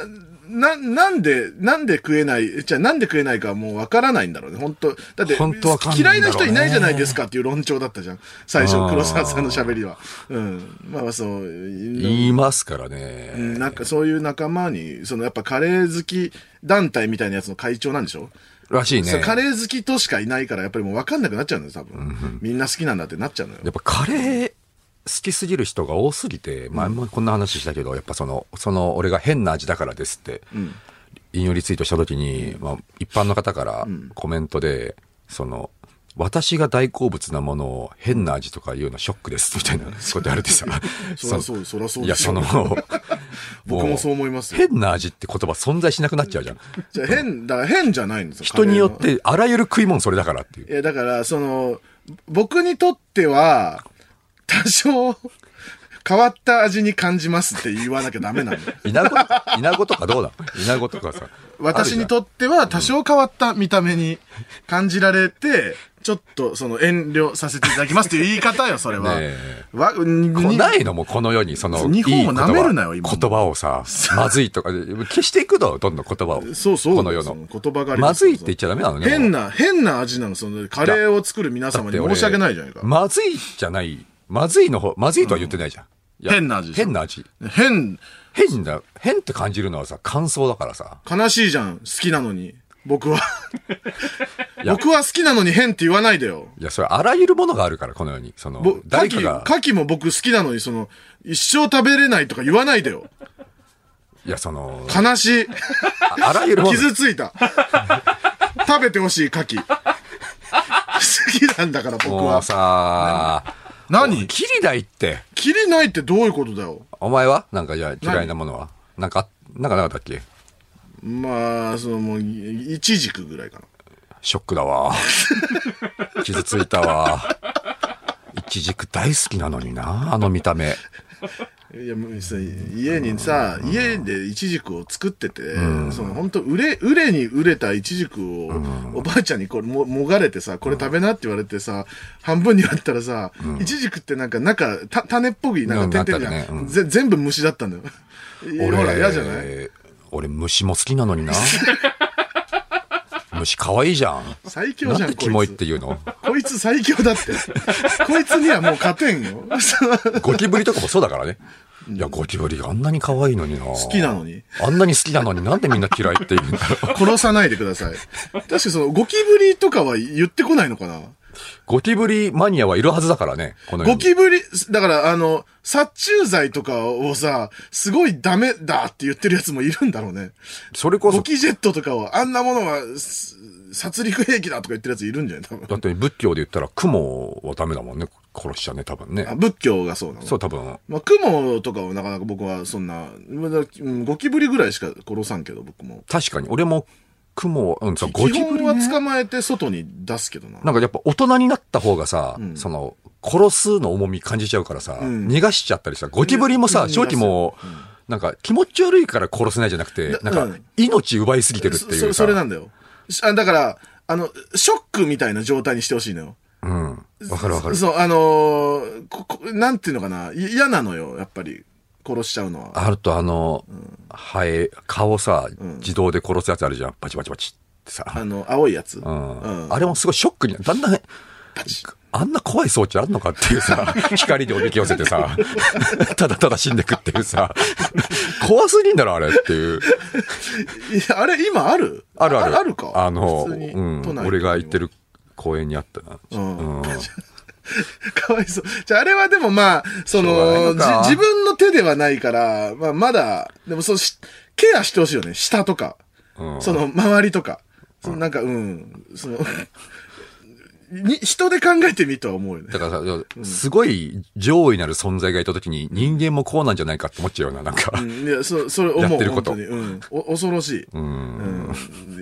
A: な、なんで、なんで食えない、じゃあなんで食えないかはもうわからないんだろうね。本当だって、
C: 本当わかんないんだ
A: 嫌
C: ろう
A: い
C: ね
A: な人いないじゃないですかっていう論調だったじゃん。最初
C: あー、
A: 黒沢さんの喋りは。うん。まあまあ、そう、い
C: 言いますから
A: う
C: ね。
A: んなんかそういう仲間に、そのやっぱカレー好き団体みたいなやつの会長なんでしょ、
C: らしい
A: そう
C: ね。
A: カレー好きとしかいないから、やっぱりもうわかんなくなっちゃうのよ、多分。みんな好きなんだってなっちゃうのよ。
C: やっぱカレー好きすぎる人が多すぎて、まあ、前もこんな話したけど、やっぱその、その、俺が変な味だからですって、引用リツイートした時に、まあ、一般の方からコメントで、その、私が大好物なものを変な味とか言うのショックですみたいなこと言われてさ。
A: そらそうそらそう
C: い
A: で
C: や、
A: す
C: そ
A: よ
C: の、
A: 僕もそう思いますよ
C: 変な味って言葉存在しなくなっちゃうじゃん。
A: じゃあ変、だから変じゃないんですよ。
C: 人によ
A: カレー
C: っ
A: は
C: て、あらゆる食い物それだからっていう。
A: いや、だから、その、僕にとっては、多少、変わった味に感じますって言わなきゃダメなの。
C: イナゴ、イナゴとかどうだイナゴとかさ。
A: 私にとっては、多少変わった見た目に感じられて、ちょっと、その、遠慮させていただきますっていう言い方 よ、それは。
C: ねえ
A: わ、に
C: こないのもうこの世にその
A: 日本を
C: いい言葉
A: 舐めるなよ今
C: 言葉をさまずいとか消していくのどんどん言葉を
A: そうそう。
C: この世
A: そ
C: の
A: 言葉が
C: まずいって言っちゃダメなのね
A: 変
C: な
A: な、変な味なの、その、カレーを作る皆様に申し訳ないじゃないか。
C: まずいじゃないまずいの方まずいとは言ってないじゃん、いや
A: 変な味でしょ
C: 変な味
A: 変、
C: 変だ変って感じるのはさ感想だからさ
A: 悲しいじゃん、好きなのに。僕は。
C: いや
A: 僕は好きなのに変って言わないでよ。
C: いやそれあらゆるものがあるからこの世にその
A: ぼ
C: 誰
A: 牡蠣
C: かが
A: 牡蠣も僕好きなのに、その、一生食べれないとか言わないでよ。
C: いやその
A: 悲しい。
C: ああらゆるもの
A: 傷ついた。食べてほしい牡蠣。好きなんだから僕
C: も
A: は
C: う。さ
A: 何
C: キリないって。
A: 切りないってどういうことだよ
C: お前はなんかじゃあ嫌いなものはなんか、なんかなかったっけ
A: まあそのもういいちじくぐらいかな
C: ショックだ わ。傷ついたわ。イチジク大好きなのにな、あの見た目。
A: いやもうさ家にさ、家でイチジクを作ってて、その本当売れ、売れに売れたイチジクを、おばあちゃんにこれも、もがれてさ、これ食べなって言われてさ、半分に割ったらさ、イチジクってなんか中、た種っぽくなんか点々
C: うん
A: が
C: なんかねうん
A: ぜ全部虫だったんだよ。ほら、嫌じゃない
C: 俺虫も好きなのにな。虫可愛いじゃん。
A: 最強じ
C: な
A: ゃ
C: ん
A: ん、
C: でキモ
A: こ
C: い
A: い
C: っ
A: つ
C: て。いうの
A: こいつ最強だ って。こいつにはもう勝てんよ。
C: ゴキブリとかもそうだからね。いや、ゴキブリあんなに可愛いのにな。好
A: きなのに。
C: あんなに好きなのになんでみんな嫌いって言うんだろ う。
A: 殺さないでください。確かその、ゴキブリとかは言ってこないのかな
C: ゴキブリマニアはいるはずだからね。この世に
A: ゴキブリ、だから、あの、殺虫剤とかをさ、すごいダメだって言ってるやつもいるんだろうね。
C: それこそ
A: ゴ、キジェットとかは、あんなものは、す殺戮兵器だとか言ってるやついるんじゃない多分。
C: だって仏教で言ったら雲はダメだもんね。殺しちゃね、多分ね
A: あ。仏教がそうなの
C: そう、多分。
A: まあ、雲とかはなかなか僕はそんな、まだうんゴキブリぐらいしか殺さんけど、僕も。
C: 確かに。俺も雲を、うん、そう、ゴ
A: 基
C: キブ
A: 本
C: リ、
A: は
C: ね。
A: 捕まえて外に出すけどな。
C: なんかやっぱ大人になった方がさ、その、殺すの重み感じちゃうからさ、
A: ん
C: 逃がしちゃったりさ、ゴキブリもさ、
A: ね
C: 正直もう、なんか気持ち悪いから殺せないじゃなくて、
A: だ
C: なん
A: う
C: か
A: ん
C: 命奪いすぎてるっていう
A: そ
C: さ。
A: そそれなんだよ。しあだから、あの、ショックみたいな状態にしてほしいのよ。
C: うん。わかるわかる。
A: そう、あのーここ、なんていうのかな、い嫌なのよ、やっぱり、殺しちゃうのは。
C: あるとあの、ハエ、蚊をさ、自動で殺すやつあるじゃん。バチバチバチってさ。
A: あの、青いやつ。
C: うん
A: うん
C: あれもすごいショックになるだんだん、あんな怖い装置あるのかっていうさ、 光でおびき寄せてさ、 ただただ死んでくっていうさ、 怖すぎんだろ、あれっていう。
A: いや、あれ、今ある
C: あるある。
A: あるか。
C: あの、
A: 普通に
C: うん
A: 都内、
C: 俺が行ってる公園にあったな。
A: ん
C: うん
A: かわいそう。じゃあ、あれはでもまあ、そ
C: しょうがな
A: の
C: いのか
A: じ自分の手ではないから、まあ、まだ、でもそうし、ケアしてほしいよね。下とか、
C: うん
A: その、周りとか。そのなんか、うん、その、 に、人で考えてみとは思うよね。
C: だからさ、すごい上位なる存在がいた時に人間もこうなんじゃないかって思っちゃうよな、なんか。
A: うんいや、そ、それ思う。
C: やってること
A: 本当に。うん。お恐ろしい。うん。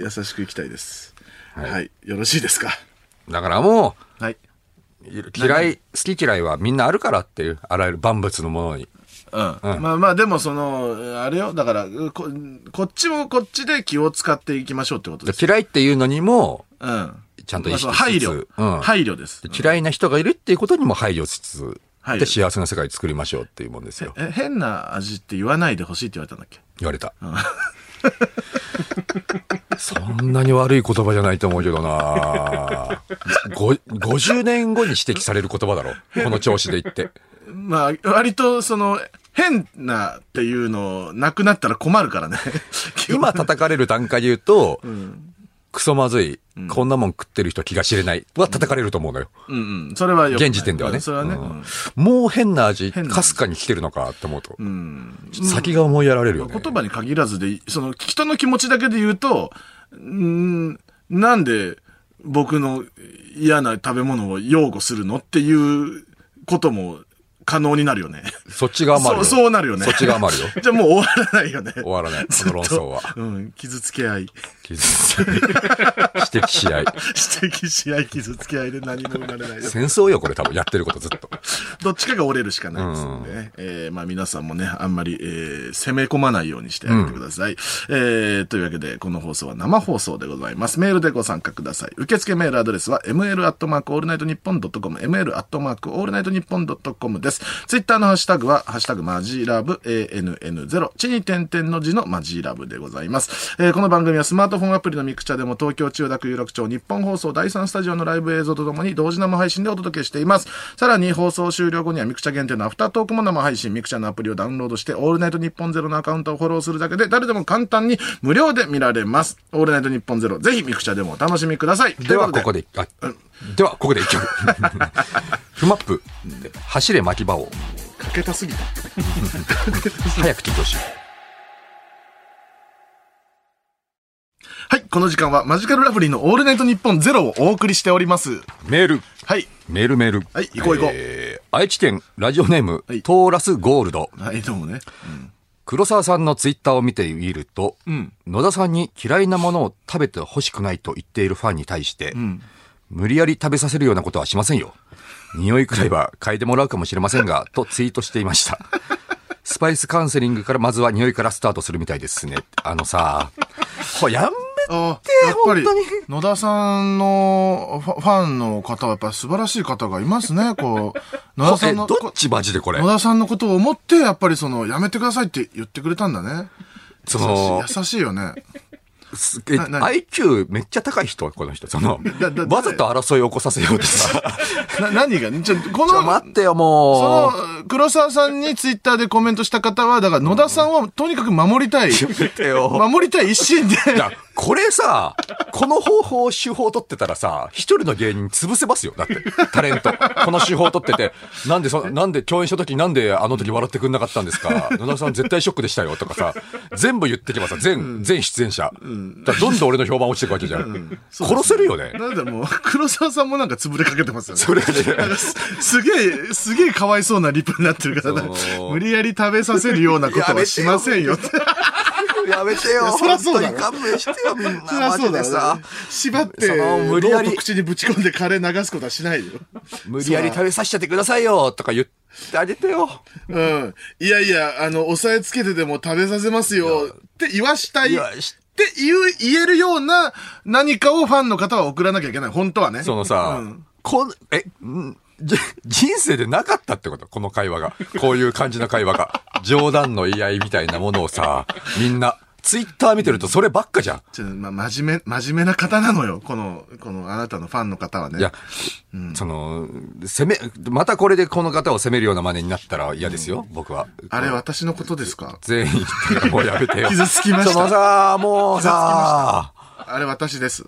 A: 優しくいきたいです。はい。よろしいですか。
C: だからも
A: はい。
C: う、嫌い、好き嫌いはみんなあるからっていう、あらゆる万物のものに。
A: うん。まあまあ、でもその、あれよ、だから、うこ、こっちもこっちで気を使っていきましょうってことです。
C: 嫌いっていうのにも、
A: うん。
C: ちゃんと意
A: まあその
C: 識しつつ
A: 配慮。
C: うん
A: 配慮です。
C: 嫌いな人がいるっていうことにも配慮しつつ、
A: はい
C: で幸せな世界作りましょうっていうもんですよ。
A: え、変な味って言わないでほしいって言われたんだっけ
C: 言われた。 そんなに悪い言葉じゃないと思うけどなご50年後に指摘される言葉だろ。この調子で言って。
A: まあ、割と、その、変なっていうの、なくなったら困るからね。
C: 今叩かれる段階で言うと、クソまずい、こんなもん食ってる人気が知れないは叩かれると思うのよ。
A: うんうん。それはよくない
C: 現時点ではね
A: それはね。
C: うん
A: うん
C: もう変な味、
A: 変な味
C: かすかに来てるのかって思うと。先が思いやられるよね。
A: 言葉に限らずで、その人の気持ちだけで言うと、んーなんで僕の嫌な食べ物を擁護するのっていうことも可能になるよね。
C: そっち側もある
A: そう、
C: よ。
A: そうなるよね。
C: そっち側もあるよ。
A: じゃあもう終わらないよね。
C: 終わらない。この論争は。
A: うん、傷つけ合い。
C: 傷つけ指摘し合い。
A: 指摘し合い、傷つけ合いで何も生まれないです。
C: 戦争よ、これ多分やってることずっと。
A: どっちかが折れるしかないですのでね。えーまあ皆さんもね、あんまり、えー攻め込まないようにしてあげてください。えーというわけで、この放送は生放送でございます。メールでご参加ください。受付メールアドレスは、m l a l l n i g h t n i p p o n c o m m l a l l n i g h t n i p p o n c o m です。ツイッターのハッシュタグは、ハッシュタグマジラブ ANN0、地に点々の字のマジラブでございます。えーこの番組はスマートフォンアプリのミクチャでも東京千代田区有楽町日本放送第3スタジオのライブ映像とともに同時生配信でお届けしています。さらに放送終了後にはミクチャ限定のアフタートークも生配信、ミクチャのアプリをダウンロードしてオールナイト日本ゼロのアカウントをフォローするだけで誰でも簡単に無料で見られます。オールナイト日本ゼロ、ぜひミクチャでもお楽しみください。
C: では、
A: とい
C: こ
A: う
C: こ
A: で。
C: で、あ、では、ここで一曲。 フマップ、走れ巻き場を、
A: かけたすぎた。
C: 早く聴いてほしい。
A: はい、この時間はマジカルラブリーのオールナイト日本ゼロをお送りしております。
C: メール、
A: はい。
C: メールメール。
A: はい行こう行こう
C: えー愛知県ラジオネーム、
A: はい
C: トーラスゴールド。
A: はい、どうもね。
C: 黒沢さんのツイッターを見ていると、
A: ん
C: 野田さんに嫌いなものを食べてほしくないと言っているファンに対して、無理やり食べさせるようなことはしませんよ。匂いくらいは嗅いでもらうかもしれませ んが、とツイートしていました。スパイスカウンセリングからまずは匂いからスタートするみたいですね。あのさ、ほやん
A: あやっぱり野田さんのファファンの方はやっぱ素晴らしい方がいますね。 こう野田
C: めこ
A: さ
C: え、
A: ん
C: ど
A: の
C: っ
A: こ
C: ちマジでこれ
A: 野。田さんのことを思ってやっぱりそのやめてくださいって言ってくれたんだね。
C: その
A: 優しい優しいよね。
C: すえ、
A: な何
C: IQ めっちゃ高い人はこの人。その
A: だだ、
C: わざと争いを起こさせようとさ。
A: な何がちょこ
C: ち
A: の
C: ょ、待ってよ、もう。
A: そ の黒沢さんにツイッターでコメントした方はだから野田さんをとにかく守り たい。
C: 見てよ。
A: 守りたい一心で。
C: いや、これさ、この方法、手法取ってたらさ、一人の芸人潰せますよ。だって、タレント。この手法取ってて、なんでそ、なんで共演した時なんであの時笑ってくんなかったんですか野田さん絶対ショックでしたよ。とかさ、全部言ってけばさ、全、全出演者。だからどんどん俺の評判落ちてくわけじゃん。殺せるよね。
A: なんでもう黒沢さんもなんか潰れかけてますよね。
C: それで、
A: すげえ、すげえかわいそうなリプになってるから、
C: そう
A: 無理やり食べさせるようなことはしませんよって。
C: やめてよ。
A: そりゃそうだろ
C: 本当に勘弁してよ、みん な。
A: そりゃそうだ
C: マジでさ
A: ね。縛って、
C: その無
A: 無
C: 理
A: 理
C: や
A: や
C: り
A: り口にぶち込んでカレー流すことはしないよ。
C: 無理やり食べさせちゃってくださいよ。とか言ってあげてよ。
A: うん。いやいや、あの、押さえつけてでも食べさせますよって言わしたい。
C: い
A: っ
C: やして
A: 言う、言えるような何かをファンの方は送らなきゃいけない。本当はね。
C: そのさ、こん、え、んじ人生でなかったってことこの会話が。こういう感じの会話 が。冗談の言い合いみたいなものをさ、みんな、ツイッター見てるとそればっかじゃ
A: ちょっとま、真面目、真面目な方なのよ。この、このあなたのファンの方はね。
C: ん。いや、その、責め、またこれでこの方を責めるような真似になったら嫌ですよ、僕は。
A: あれ私のことですか
C: 全員言ってるからもうやめてよ。
A: 傷つきました
C: そのさ、もうさ、
A: あれ私です。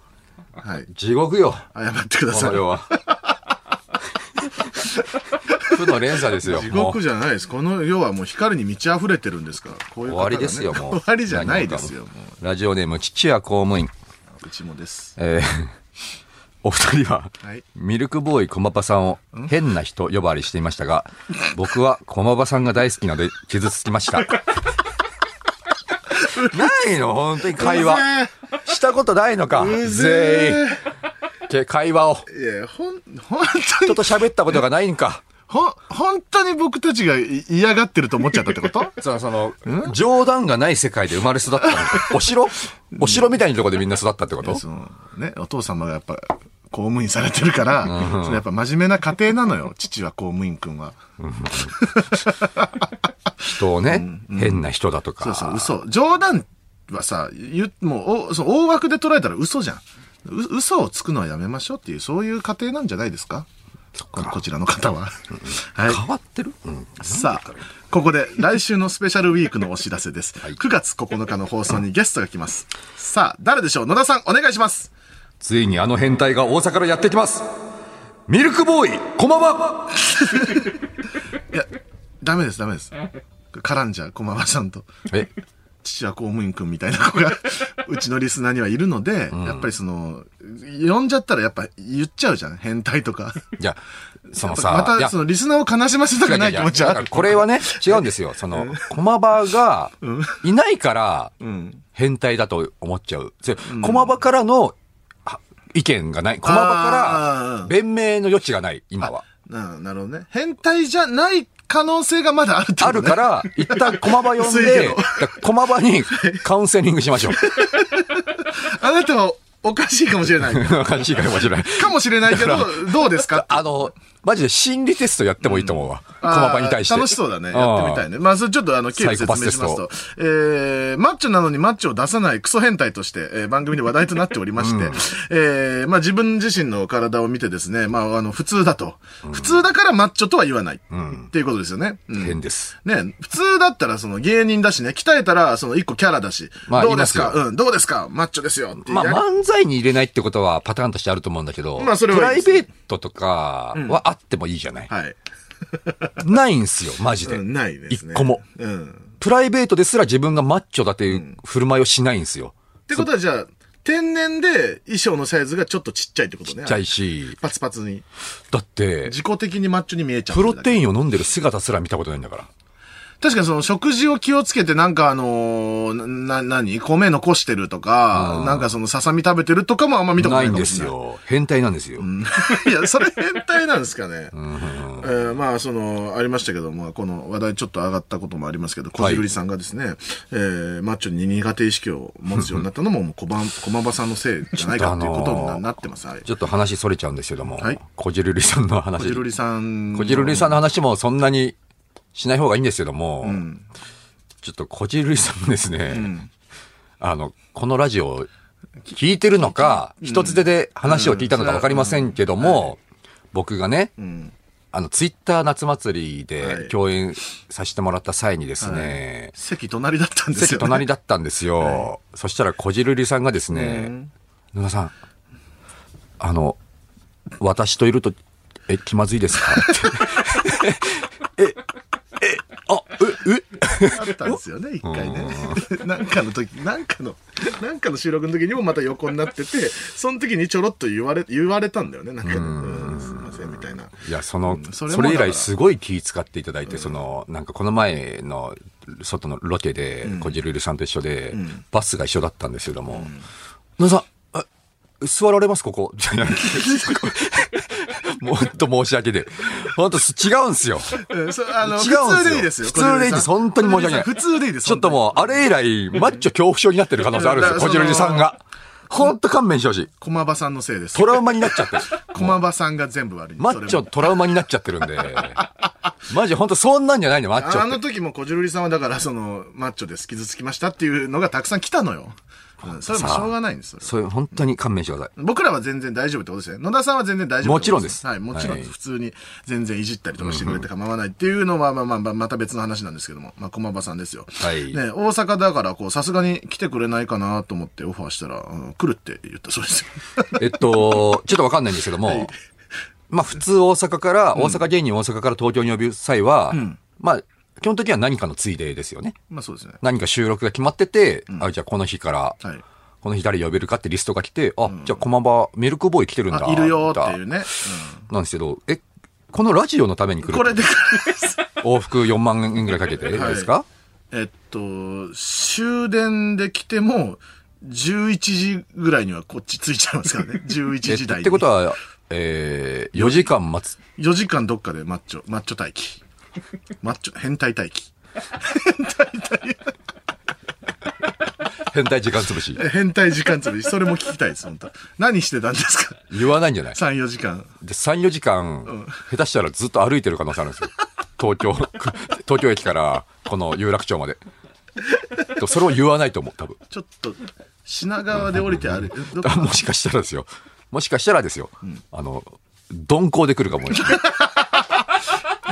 A: はい。
C: 地獄よ。
A: 謝ってくだ
C: こ
A: さい
C: の。世は。 負の連鎖ですよ。
A: 地
C: もう
A: 獄じゃないです。この世はもう光に満ち溢れてるんですから。こういう
C: 終
A: 方
C: わ
A: がね
C: りですよ、もう。
A: 終わりじゃないですよ、も
C: 何もかもラジオネーム、父や公務員。
A: う。うちもです。
C: えー お二人は、
A: はい
C: ミルクボーイ駒場さんを変な人呼ばわりしていましたが、僕は駒場さんが大好きなので傷つきま した。ないの本当に会話。したことないのか
A: うぜ
C: 全員。け会話を。
A: え。いや、ほん、本当
C: 人
A: に、
C: と喋ったことがないんか。
A: ほん、本当に僕たちがい嫌がってると思っちゃったってこと
C: その、その、冗談がない世界で生まれ育ったの。お城お城みたいなとこでみんな育ったってこと
A: そのね、お父様がやっぱ公務員されてるから、そのやっぱ真面目な家庭なのよ。父は公務員くんは。
C: 人をね、変な人だとか。
A: そうそう、嘘。冗談はさ、ゆもうおそう大枠で捉えたら嘘じゃん。う嘘をつくのはやめましょうっていう、そういう家庭なんじゃないですかこちらの方は。 はい。
C: 変わってる、うん、
A: さあ、ここで来週のスペシャルウィークのお知らせです。9月9日の放送にゲストが来ます。さあ、誰でしょう野田さん、お願いします。
C: ついにあの変態が大阪からやってきますミルクボーイ駒場
A: いや、ダメです、ダメです。絡んじゃう、駒場さんと。
C: え
A: 父は公務員くんみたいな子が、 うちのリスナーにはいるので、やっぱりその、呼んじゃったらやっぱ言っちゃうじゃん。変態とか。
C: いやそのさ
A: ま
C: いや
A: た、その、リスナーを悲しませたくない気持ち
C: やや
A: は
C: な
A: あ
C: ん
A: る
C: か。これはね違うんですよその駒場がいないから
A: ん
C: 変態だと思っちゃうそれ駒場からのあ意見がない駒場
A: あ
C: か
A: ー
C: ら弁明の余地がない今は
A: ななるほどね。変態じゃない可能性がまだあるってこ
C: あ
A: と
C: る
A: ね
C: から、一旦駒 場呼ん
A: 薄いけ
C: で
A: ど、
C: だから駒場にカウンセリング しましょ
A: あなたはおかしいかもし れない。
C: う。おかしいかもしれない。
A: かもしれないけど、どうですか
C: あの、マジで心理テストやってもいいと思うわ。
A: あー
C: 駒場に対して。
A: 楽しそうだね。やってみたいね。まあ、それちょっとあの、経
C: サ
A: 緯
C: イコ
A: 説
C: パ
A: 明
C: ス
A: し
C: テ
A: ま
C: ス
A: す
C: ト
A: と、えー、マッチョなのにマッチョを出さないクソ変態として、えー、番組で話題となっておりまして、えー、まあ、自分自身の体を見てですね、まあ、あの、普通だと。普通だからマッチョとは言わない。っていうことですよね。うん
C: うん変です。
A: ね、普通だったらその芸人だしね、鍛えたらその一個キャラだし、
C: まあ
A: どうです
C: 言
A: か
C: います
A: うん、どうですかマッチョですよって
C: まあ
A: やり
C: 漫才に入れないってことはパターンとしてあると思うんだけど、
A: まあそれ
C: プ
A: は
C: ラ
A: いい
C: イ
A: ですね
C: ベートとかはあってもいいじゃない、
A: はい。
C: ないんすよ、マジで。
A: うんないですね。
C: 一個も。
A: うん。
C: プライベートですら自分がマッチョだという振る舞いをしないんすよ。
A: ってことはじゃあ、天然で衣装のサイズがちょっとちっちゃいってことね。
C: ちゃいし、
A: パツパツに。
C: だって、
A: 自己的にマッチョに見えちゃう。
C: プロテインを飲んでる姿すら見たことないんだから。
A: 確かにその食事を気をつけてなんかあのーな、な、何米残してるとか、なんかそのささみ食べてるとかもあんま見たこと
C: な
A: ない
C: いん
A: かも
C: で
A: しれ
C: す
A: ない。
C: よ。変態なんですよ。
A: いや、それ変態なんですかね。えーまあ、その、ありましたけども、この話題ちょっと上がったこともありますけど、こじるりさんがですね、えーマッチョに苦手意識を持つようになったのも、もう、小ばん、駒場さんのせいじゃないかっていうことにな,、
C: ちょっとあのー
A: なってます。はい。
C: ちょっと話それちゃうんですけども、
A: はい
C: こじるりさんの
A: こ
C: 話
A: じ。るりさん。
C: こじるりさんの話もそんなにしない方がいいんですけども、ちょっとこじるりさんもですね、あの、このラジオを聞いてるのか、一つ手で話を聞いたのかわかりませんけども、僕がね、
A: ん
C: あの、ツイッター夏祭り
A: は
C: で
A: い
C: 共演させてもらった際にですね、
A: 席隣だったんですよ、ね。
C: 席隣だったんですよ。そしたら、こじるりさんがです
A: う
C: ね
A: ん、
C: 野田さん、あの、私といると、え、気まずいですか って。え、え、あ、え、え、
A: あったんですよね、一回ね。 なんかの時、なんかの、なんかの収録の時にもまた横になってて、その時にちょろっと言われ、言われたんだよね、なんかね、うんすいません、みたいな。
C: いや、その、
A: んそ
C: そ
A: れも
C: れ
A: だ
C: 以
A: から
C: 来すごい気使っていただいて、その、なんかこの前の、外のロケで、こじるりさんと一緒で、バスが一緒だったんですけども、野田さん、え座られますここ。 みたいな。もっと申し訳で。本当違うんですよ。
A: うんそあの
C: 違
A: 普
C: うん
A: 通
C: すよ
A: でいいですよ。
C: 普通でいいです。本当に申し訳ない。
A: 普通でいいです。
C: ちょっともう、あれ以来、マッチョ恐怖症になってる可能性あるんですよ。
A: だか
C: こ
A: ら
C: じるりさんが。本当勘弁してほしい。
A: う。駒場さんのせいです
C: ト。ラウマになっちゃ ってる。
A: 駒場さんが全部悪い。
C: マッチ
A: それ
C: ョ
A: も
C: トラウマになっちゃってるんで。マジ本当そんなんじゃないの、マッチ
A: あ
C: ョ
A: の
C: って。
A: 時もこじるりさんはだからそのマッチョです傷つきましたっていうのがたくさん来たのよ。うんそれもしょうがないんですよ。
C: そういう、本当に勘弁してください。
A: 僕らは全然大丈夫ってことですね。野田さんは全然大丈夫ってことはい、も
C: も
A: ち
C: ち
A: ろ
C: ろ
A: ん
C: ん
A: で
C: ですす
A: 普通に全然いじったりとかしてくれて構わないっていうのは、まあまあまあ、また別の話なんですけども。まあ、駒場さんですよ。
C: はい
A: ね、大阪だから、こう、さすがに来てくれないかなと思ってオファーしたら、うん来るって言ったそうですよ。
C: えっと、ちょっとわかんないんですけども、まあ普通大阪から、大阪芸人を大阪から東京に呼ぶ際は、まあ、基本的には何かのついでですよね。
A: まあそうですね。
C: 何か収録が決まってて、あ、じゃあこの日から、
A: はい。
C: この日誰呼べるかってリストが来て、あ、じゃあ駒場ミルクボーイ来てるんだ。
A: あ、いるよーっていう
C: み
A: ね。
C: たいななんですけど、え、このラジオのために来
A: うん
C: る
A: これで、
C: 往復4万円ぐらいかけてですか、
A: えっと、終電で来ても、11時ぐらいにはこっち着いちゃいますから ね。11
C: え
A: 時台に。
C: ってことは、えー、4時間待つ。
A: 4時間どっかでマッチョ、マッチョ待機。マッチョ、変態待機。
C: 変態時間潰し。
A: え変態時間つぶし、それも聞きたいです、本当何してたんですか
C: 言わないんじゃない
A: ?3、4時間。
C: で、3、4時間、下手したらずっと歩いてる可能性あるんですよ。東京、 東京駅から、この有楽町まで。でもそれを言わないと思う、多分。
A: ちょっと、品川で降りてある。えどこ
C: あもしかしたらですよ。もしかしたらですよ。あの、鈍行で来るかもしれ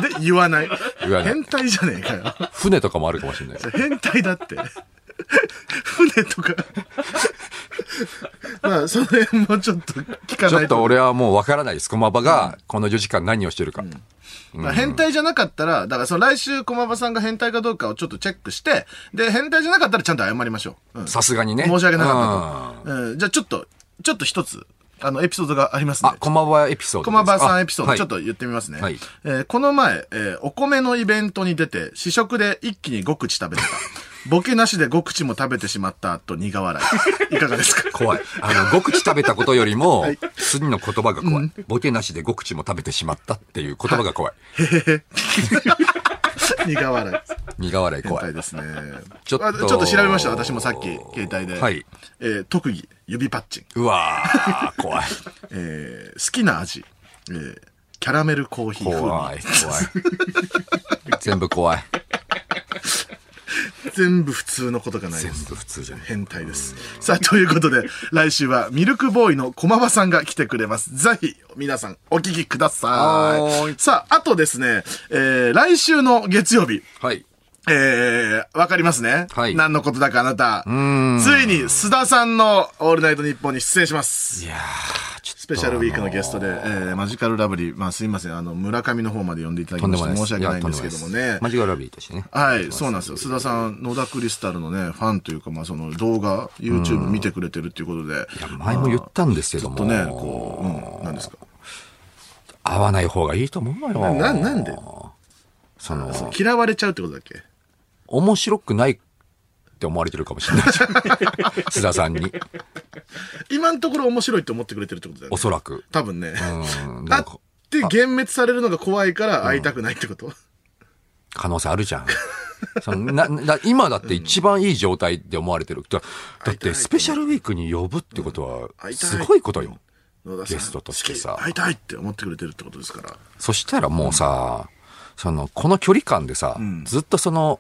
C: ない。
A: で、言わない。
C: 言わない
A: 変態じゃねえかよ。
C: 船とかもあるかもしれない。
A: 変態だって。船とか。まあ、その辺もちょっと聞か
C: ち
A: な
C: ょ
A: い
C: っと俺はもうわからないです。駒場がこの4時間何をしてるか。
A: まあ変態じゃなかったら、だからその来週駒場さんが変態かどうかをちょっとチェックして、で、変態じゃなかったらちゃんと謝りましょう。うん
C: さすがにね。
A: 申し訳なかっ
C: うん
A: たと。うん、じゃあちょっと、ちょっと一つ、あの、エピソードがありますん
C: あ
A: で、。
C: 駒場エピソードで
A: 駒
C: す。
A: 場さんエピソード、ちょっ
C: と。
A: と言ってみますね。
C: はい
A: えーこの前、えーお米のイベントに出て、試食で一気に5口食べてた。ボケなしで5口も食べてしまったと苦笑い。いかがですか
C: 怖い。あの、5口食べたことよりも、次の言葉が怖い。ボケなしで5口も食べてしまったっていう言葉が怖い。
A: 苦笑い。
C: 苦笑い
A: 変
C: 怖
A: 態
C: い。
A: ですね。
C: ちょっと
A: あちょっと調べました、私もさっき、携帯で。
C: はい
A: えー特技、指パッチン。
C: うわー、怖い。
A: えー好きな味、えーキャラメルコーヒー 風味。
C: 怖い、怖い。全部怖い。
A: 全部普通のことがないで
C: 全
A: す。
C: 部普通じゃない。
A: 変態です。さあ、ということで、来週はミルクボーイの駒場さんが来てくれます。ぜひ、皆さん、お聞きくださ
C: はー
A: い。
C: い
A: さあ、あとですね、えー来週の月曜日、
C: はい。
A: えー、わかりますね。
C: はい
A: 何のことだかあなた。
C: ん
A: ついに、須田さんのオールナイトニッポンに出演します。
C: いや
A: スペシャルウィークのゲストで、えーマジカルラブリー、まあすいません、あの、村上の方まで呼んでいただき
C: とん
A: ま
C: で
A: し
C: も
A: て
C: な
A: 申
C: いです
A: し訳ないんですけども
C: いやとんで
A: ね
C: もないです。マジカルラブリーとしてね
A: はい、そうなんですよ。須田さん、野田クリスタルのね、ファンというか、まあその動画、YouTube 見てくれてるっていうことで。
C: 前も言ったんですけ
A: ず
C: ど
A: っ
C: も
A: とね、こう、うん、なんですか。
C: 会わない方がいいと思うのよ
A: な、なんで
C: その
A: そう嫌われちゃうってことだっけ
C: 面白くないって思われてるかも しれない須田さんに
A: 今のところ面白いって思ってくれてるってことだよ
C: お
A: ね。
C: そらく
A: 多分ね。
C: うん
A: だ
C: なん
A: っ
C: か
A: て、幻滅されるのが怖いから会いたくないってこと、
C: 可能性あるじゃん そのなな今だって一番いい状態で思われてるだだってスペシャルウィークに呼ぶってことは
A: 会いたい
C: すごいことよ
A: 野田さん
C: ゲストとして
A: 好
C: さ
A: き会いたいって思ってくれてるってことですから。
C: そしたらもうさ、その、この距離感でさ、ずっとその、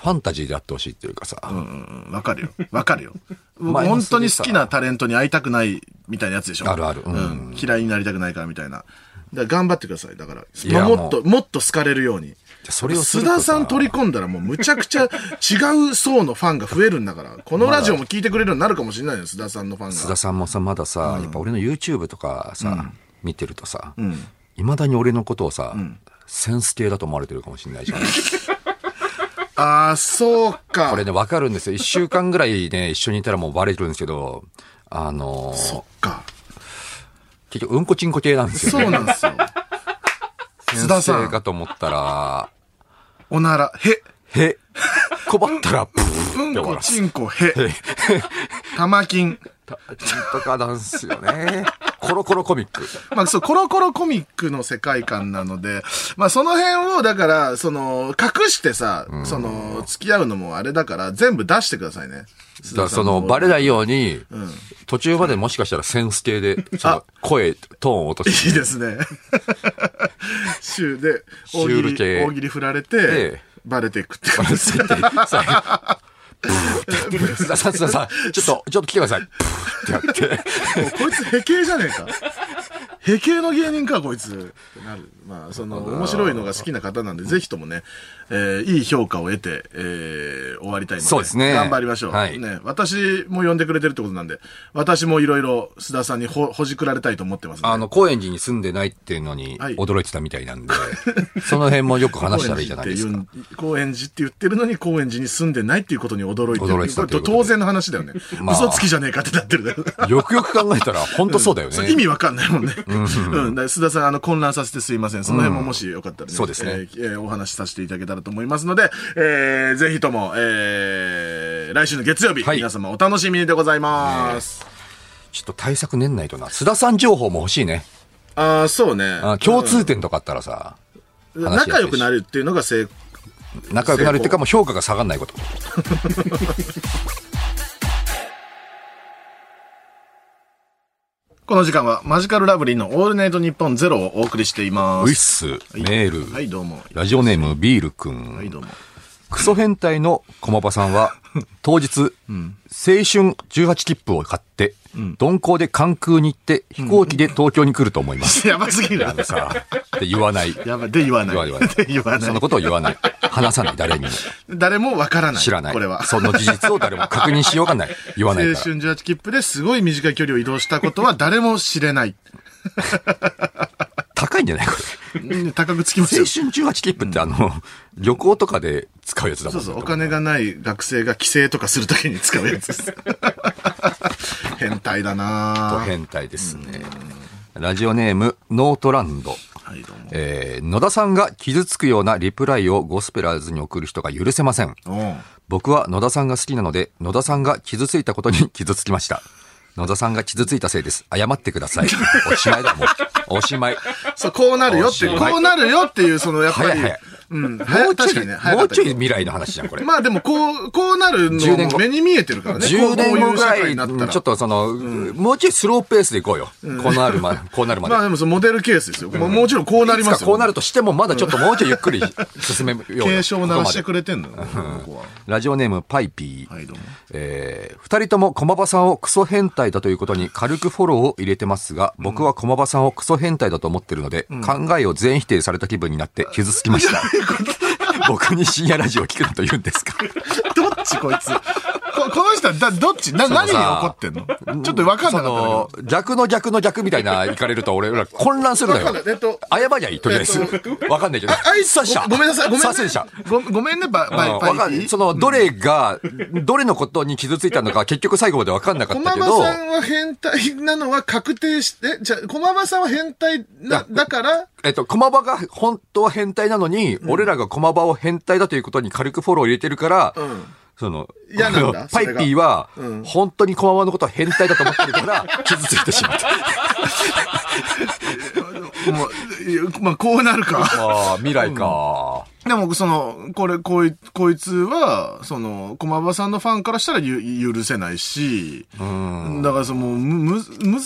C: ファンタジーであってほしいっていうかさ、
A: うんうん、わ かるよ。わかるよ。
C: マイナ
A: 本
C: スでさ
A: 当に好きなタレントに会いたくないみたいなやつでしょ。
C: あるある
A: う
C: うんん。
A: 嫌いになりたくないからみたいな。だから頑張ってください。だから、
C: いや
A: もっと、もっと好かれるように。
C: ゃそれをす
A: 須
C: るとさ
A: 田さん取り込んだらもうむちゃくちゃ違う層のファンが増えるんだから、このラジオも聞いてくれるようになるかもしれないよ、須田さんのファンが。
C: 須田さんもさ、まださ、やっぱ俺の YouTube とかさ、見てるとさ、い、ま、だに俺のことをさ、センス系だと思われてるかもしれないじゃん。
A: ああ、そうか。
C: これね、わかるんですよ。一週間ぐらいね、一緒にいたらもうバレてるんですけど、あのー
A: そっか。
C: 結局、うんこちんこ系なんですよ、ね。
A: そうなんですよ。須田さ
C: 先生か
A: ん、
C: と思ったら、
A: おなら、へ、
C: へ、困ったら、ブーって
A: うん
C: 終わ
A: こ、
C: らす。
A: ちんこ、へ、 玉金。
C: たちんとかなんすよね。コロコロコミック。
A: まあそう、コロコロコミックの世界観なので、まあその辺を、だから、その、隠してさ、その、付き合うのもあれだから、全部出してくださいね。
C: だからその、バレ
A: だ。
C: ないように、途中までもしかしたらセンス系で、その声、トーンを落とし
A: いいです ね。 シューで、大
C: シュー
A: 喜
C: ル
A: 利、
C: 系
A: 大喜利振られ
C: で
A: て、バレていくって感じです。
C: て、さ、ブーって、須田さん、須田さん、ちょっと、ちょっと来てください。ブーってやって。
A: もうこいつ、へけじゃねえか。へけの芸人か、こいつ。ってなる。まあ、その、面白いのが好きな方なんで、ぜひともね、えーいい評価を得て、えー終わりたいので。
C: そうですね
A: 頑張りましょう。
C: はい
A: ね、私も呼んでくれてるってことなんで、私もいろいろ須田さんにほ、ほじくられたいと思ってますんで
C: あの、高円寺に住んでないっていうのに
A: はい
C: 驚いてたみたいなんで、 その辺もよく話したらいいじゃないです か。
A: 高円寺って言うん高円寺って言ってるのに高円寺に住んでないっていうことに驚いてる。
C: 驚いてた
A: こと
C: い
A: れ
C: うことで
A: 当然の話だよね。
C: まあ
A: 嘘つきじゃねえかってなってるだろ。
C: よくよく考えたら、本当そうだよね。
A: それ意味わかんないもんね。 うん。だから須田さん、あの、混乱させてすいません。その辺ももしよかったらね。
C: そうですね
A: えーえーお話しさせていただけたらと思いますので、えーぜひとも、えー来週の月曜日、
C: はい
A: 皆様お楽しみでございます。
C: ちょっと対策練んないとな。須田さん情報も欲しいね。
A: ああ、そうね。
C: あ共通点とかあったらさ、話しやすいし
A: 仲良くなるっていうのが成功。
C: 仲良くなるっていうかもう評価が下がんないこと。
A: この時間は、マジカルラブリーのオールナイトニッポンゼロをお送りしていま
C: ウィ
A: す。
C: ス、メール、
A: はい、どうも。
C: ラジオネームビールく
A: はい、
C: ん。
A: どうも。
C: クソ変態の駒場さんは、当日、青春18切符を買って、鈍行で関空に行って、飛行機で東京に来ると思 います。
A: やばすぎる。
C: さあ、って言わない。
A: やばい。で言わない。
C: 言わない
A: で言わな
C: その
A: い。
C: ことを言わない。話さない、誰にも。
A: 誰もわからない。
C: 知らない。
A: これは。
C: その事実を誰も確認しようがない。言わ
A: 青
C: ない
A: 春
C: から。
A: 18切符ですごい短い距離を移動したことは誰も知れ ない。
C: 高いんじゃないこ
A: うん高くつきます
C: れ。
A: よ
C: 青。春18切符ってあの、旅行とかで使うやつだ
A: そ
C: も
A: うんそう、お金がない学生が帰省とかするときに使うやつ です。変態だ
C: ド
A: なぁ
C: 変態ですね。ラジオネーム、ノートランド。
A: はい、どう
C: えー野田さんが傷つくようなリプライをゴスペラーズに送る人が許せません。
A: も。うん
C: 僕は野田さんが好きなので、野田さんが傷ついたことに傷つきました。野田さんが傷ついたせいです。謝ってください。おしまいだ、もう。おしまい。
A: そう、こうなるよっていう、
C: おしまい
A: こうなるよっていう、その、やっぱ
C: 早い
A: り
C: 早い。。
A: うん、
C: も
A: 早
C: うちょ
A: 確
C: い、
A: かにね、早
C: も
A: かっ
C: う
A: た
C: ち
A: け
C: ょい
A: ど
C: 未来の話じゃん、これ。
A: まあでも、こう、こうなるの
C: 10年
A: も
C: 後
A: 目に見えてるからね。こ
C: 10
A: うこう
C: 年
A: いう
C: 後ぐら
A: 社会
C: い、
A: になったら
C: ちょっとその、もうちょいスローペースでいこうよ。こうなる まで、こうなるまで。
A: まあでもそのモデルケースですよ。もうもちろんこうなりま
C: いつ
A: す
C: か
A: よ。
C: こうなるとしても、まだちょっともうちょいゆっくり進めよ うよ。
A: 警鐘を鳴らして
C: ここ
A: くれてんのよ、ここは。
C: までラジオネームパイピー。
A: はい、どうも。
C: えー二人とも駒場さんをクソ変態だということに軽くフォローを入れてますが、僕は駒場さ んをクソ変態だと思ってるので、考えを全否定された気分になって傷つきました。僕に深夜ラジオ聞くなと言うんですか
A: どっちこいつ。ここの人はだ、どっちな、
C: のさ
A: 何に怒ってんのちょっとわかんなかったんだけ
C: その
A: ど。
C: 逆の逆の逆みたいな行かれると 俺ら混乱するの
A: わ
C: よ
A: かんないえっと
C: 謝りゃいいとりあえず
A: えっと
C: わかんないけど
A: あい
C: さっしゃ
A: ごごめんなさい、ごめん
C: さ
A: な
C: っせ
A: さ
C: ん
A: い
C: しゃ。
A: ごごめんね、ば、ば、
C: うんわ
A: ば
C: か
A: い
C: んその、どれが、どれのことに傷ついたのか、結局最後まで分かんなかっ
A: 駒
C: たけ
A: 場
C: ど、
A: さんは変態なのは確定して、じゃあ、駒場さんは変態な、だから、
C: えっと、駒場が本当は変態なのに、俺らが駒場を変態だということに軽くフォローを入れてるから、
A: ん
C: その、
A: 嫌なんだ
C: こ
A: そ
C: の パイ
A: れが
C: ピーは
A: うん、
C: 本当に駒場のことは変態だと思ってる から、傷ついてしまった。
A: もう、いやまあ、こうなるか。
C: ああ、未来か。
A: でも、その、これ、こい、こいつは、その、駒場さんのファンからしたらゆ許せないし、だから、その、む、む、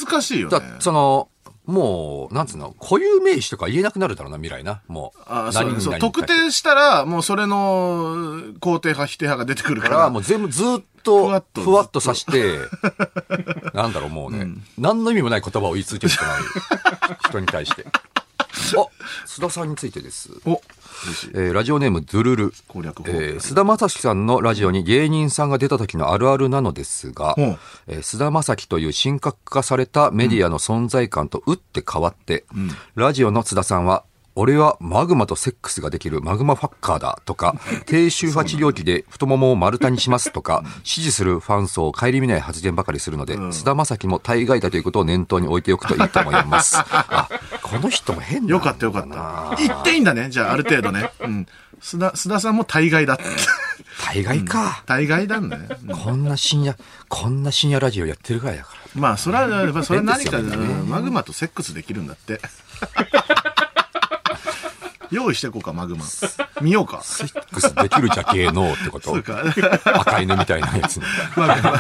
A: 難しいよね
C: だ。その、もう、なんつうの、固有名詞とか言えなくなるだろうな、未来な。もう。
A: あそう
C: 々
A: そう
C: 々
A: 特定したら、もうそれの肯定派、否定派が出てくるか
C: だから
A: ら、
C: もう全部ずっと
A: ふわっと
C: ふわっとさ して、なんだろうもうね、何の意味もない言葉を言い続けるしかない人に 対して。あ、須田さんについてです。
A: お嬉しい
C: えーラジオネームズルル。
A: 攻略法
C: えー須田正樹さんのラジオに芸人さんが出た時のあるあるなのですが、
A: うん
C: えー須田正樹という神格化されたメディアの存在感と打って変わって、ラジオの須田さんは、俺はマグマとセックスができるマグマファッカーだ とか、低周波治療器で太ももを丸太にしますとか、支持するファン層を顧みない発言ばかりするので、須田正樹も大概だということを念頭に置いておくといいと思い ます。あ、この人も変なんだ
A: よかったよかった。言っていいんだね、じ ゃあ、ある程度ね。うん。須田、須田さんも大概だって。
C: 大概か。
A: 大概だね。うん
C: こんな深夜、こんな深夜ラジオやってるぐらいだから。
A: まあ、それは、やっぱそれは何か、
C: 変ですよね
A: うんマグマとセックスできるんだって。 用意していこうか、マグマ。見ようか。
C: セックスできるじゃけえのってこと
A: そうか。
C: 赤犬みたいなやつね。
A: マグ マ。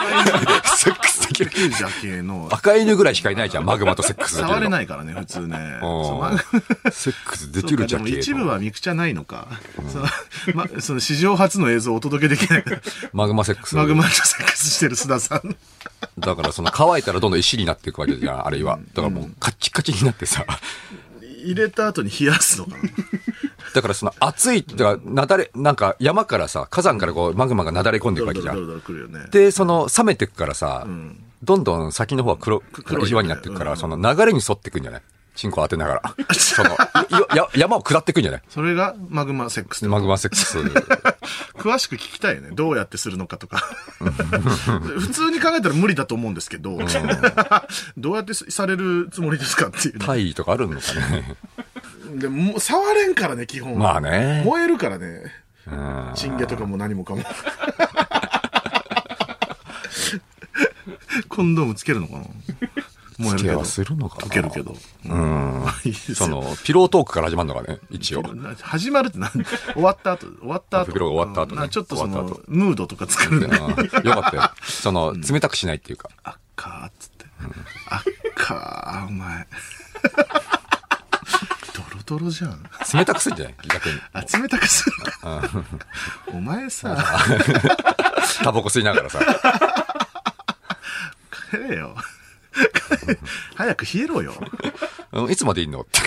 C: セックスできる。
A: いいじゃけの。
C: 赤犬ぐらいしかいないじゃん、マグマとセックスできるの。。
A: 触れないいからね、普通ね。そうマグ
C: セックスできるじゃ
A: そう
C: け
A: か
C: え
A: で
C: の。
A: も一部はミクチャないのか。その、ま、その史上初の映像をお届けで きない。
C: マグマセックス。
A: マグマとセックスしてる須田さん。
C: だからその乾いたらどんどん石になっていくわけじゃん、あれは。だからもうカッチカチになってさ。
A: 入れた後に冷やすのかな。
C: だからその熱い、だからなだれ、なんか山からさ、火山からこうマグマがなだれ込んでい
A: ド
C: く
A: ロ
C: わ
A: ドロ
C: けじゃ
A: ドロ
C: ん。
A: ドロくるよね。
C: で、その冷めてくからさ、
A: ん
C: どんどん先の方は黒、
A: 黒い
C: 石場になってくから、
A: うん
C: その流れに沿ってくんじゃないチンコ当てな がら。その、よや山を下ってくんじゃない
A: それがマグマセックス。
C: マグマセッ クス。
A: 詳しく聞きたいよね。どうやってするのか とか。普通に考えたら無理だと思うんですけど、 どうやってされるつもりですかっていうね、
C: 体位とかあるのかね。
A: でもう触れんからね、基本。
C: まあね
A: 燃えるからね。
C: うん
A: チンゲとかも何もか も。コンドームつけるのかな燃える
C: 付
A: け
C: け合
A: ど
C: わ。せるのか
A: 溶
C: な
A: けるけど。
C: うん。
A: いいです
C: そ
A: よ。
C: の、ピロートークから始まるのがね、一応。
A: 始まるって何終わった後、終わった後。
C: ピロが終わった後ね
A: なちょっとそ
C: 終わった
A: の
C: 後、
A: ムードとか作る
C: う
A: ね
C: んん。よかったよ。その、冷たくしないっていうか。
A: あっかーっつって。あっかー、お前。 ドロドロじゃん。
C: 冷たくするんじゃない逆に。
A: 集めたくするのかお前さ、
C: タバコ吸いながらさ。
A: 帰れよ。 早く冷えろよ。
C: うんいつまでいんのって。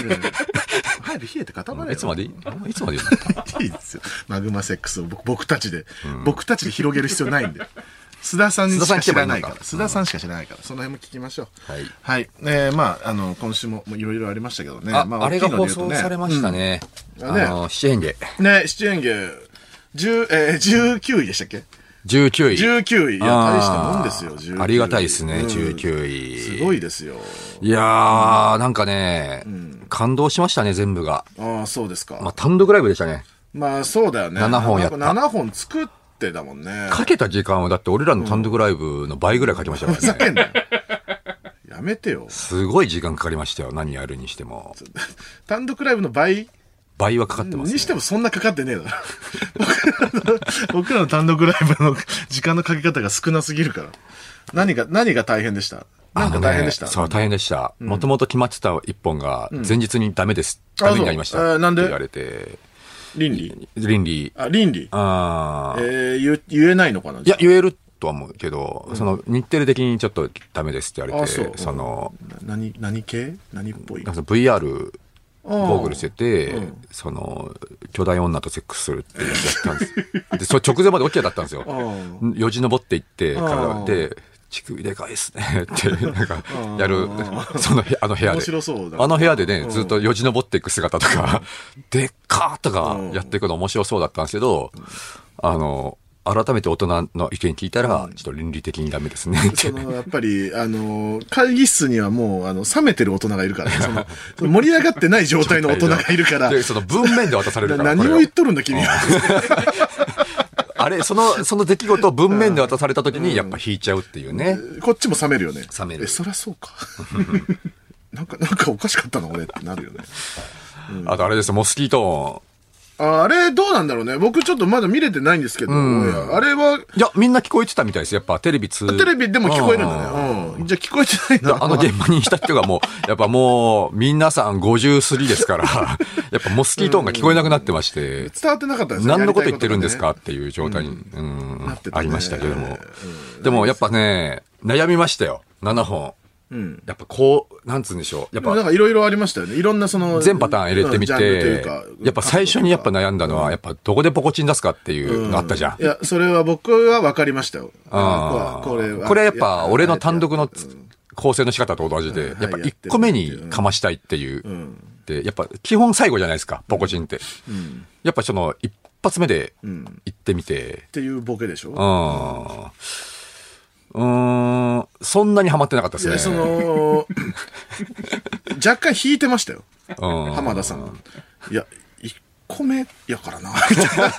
A: 早く冷えて固まれよ。
C: いつまでいいいつまでいいの
A: いいですよ。マグマセックスを僕僕たちで、僕たちで広げる必要ないんで。須田さんしか知らないから。須
C: 須
A: 田さんしか知らないから。その辺も聞きましょう。
C: はい
A: はい。えーまあ、あの、今週もいろいろありましたけどね。
C: あ、
A: ま
C: あれが放送されました。
A: 大きいので言うとうん
C: ね。あの、七変化。
A: うんね、七演芸、十、えー、19位でしたっけ
C: 19位。
A: ?19 位。いや、
C: あー
A: 大したもんですよ、19位
C: ありがたいですね、
A: うん
C: 19位。
A: すごいですよ。
C: いやー、なんかね、感動しましたね、全部が。
A: ああ、そうですか。
C: まあ、
A: ま、
C: 単独ライブでしたね。
A: あ、そうだよね。
C: 七本やった
A: 7本作ってだもんね。
C: かけた時間は、だって俺らの単独ライブの倍ぐらいかけました
A: ふざ
C: か
A: け
C: らね。
A: んなよ。やめてよ。
C: すごい時間かかりましたよ、何やるにしても。
A: 単独ライブの倍
C: 倍はかかってます、
A: に
C: ね
A: し。てもそんなかかってねえだろ。僕らの 僕らの単独ライブの時間のかけ方が少なすぎるから。何が、何が大変でしたなんか大変でした、
C: あのねそう、大変でした。もともと決まってた一本が、前日にダメです。
A: あ
C: ダメになりました。
A: そうえーなんで
C: って言われて、
A: 倫理
C: 倫理、
A: あ、倫理
C: あ
A: え
C: ー
A: ー、言言えないのかない
C: いや、言えるとは思うけど、その、日テレ的にちょっとダメですって言われ
A: あ
C: て、
A: そう
C: その、
A: 何、何系何っぽい
C: なんかその VR ゴーグルしてて、その、巨大女とセックスするっていうやつやったんですよ。で、それ直前まで OK だったんです よ。よじ登っていって、体がで、乳首でかいですね って、なんか、やる、 その部、あの部屋で。
A: 面白そうだ
C: あの部屋でね、ずっとよじ登っていく姿とか、 でっかーとかやっていくの面白そうだったんですけど、あの、改めて大人の意見聞いたら、ちょっと倫理的にダメですねっ て
A: そ。のやっぱり、あの、会議室にはもう、あの、冷めてる大人がいるから、ね、その、その盛り上がってない状態の大人がいるから、
C: で、その文面で渡される
A: な
C: から。
A: 何
C: これ
A: を
C: は
A: 言っとるんだ、君は。
C: あれ、その、その出来事を文面で渡された時に、やっぱ引いちゃうっていうね。
A: こっちも冷めるよね。
C: 冷める
A: え、そりゃそうか。 なんか、なんかおかしかったな、俺ってなるよね。
C: あとあれですよモスキート
A: ああれ、どうなんだろうね。僕ちょっとまだ見れてないんですけど、オンエアあれは、
C: 音。いや、みんな聞こえてたみたいです。やっぱテレビ通。
A: テレビでも聞こえるん
C: う
A: だね。うん。じゃあ聞こえてないんだ。
C: あの現場にいた人がもう、やっぱもう、皆さん50過ぎで すから、やっぱモスキート音が聞こえなくなってまして、
A: 伝わってなかったですね
C: 何のこと言ってるんですか
A: や
C: っていう状態に、うん
A: なってたね
C: ありましたけども。でもやっぱね、悩みましたよ。7本。やっぱこう、なんつうんでしょう。
A: りた
C: や
A: いことがねでもな
C: っぱ
A: んかいろいろありましたよね。いろんなその。
C: 全パターン入れてみ
A: うんジャンルとい
C: て
A: うか、
C: やっぱ最初にやっぱ悩んだのは、やっぱどこでポコチン出すかっていうのあったじゃん
A: い。や、それは僕は分かりましたよ。
C: ああ
A: これは。
C: これはやっぱ俺の単独の構成の仕方と同じで、
A: うん
C: やっぱ
A: はい
C: 1個目にかましたいっていう。で、やっぱ基本最後じゃないですか、ポコチンって。やっぱその一発目で行ってみて、
A: っていうボケでし
C: う
A: ょ
C: ん。うーん、そんなにハマってなかった
A: いや、
C: です
A: そ
C: ね。
A: の、若干引いてましたよ。
C: うん
A: 浜田さんが。いや、1個目やからな、 みたいな。い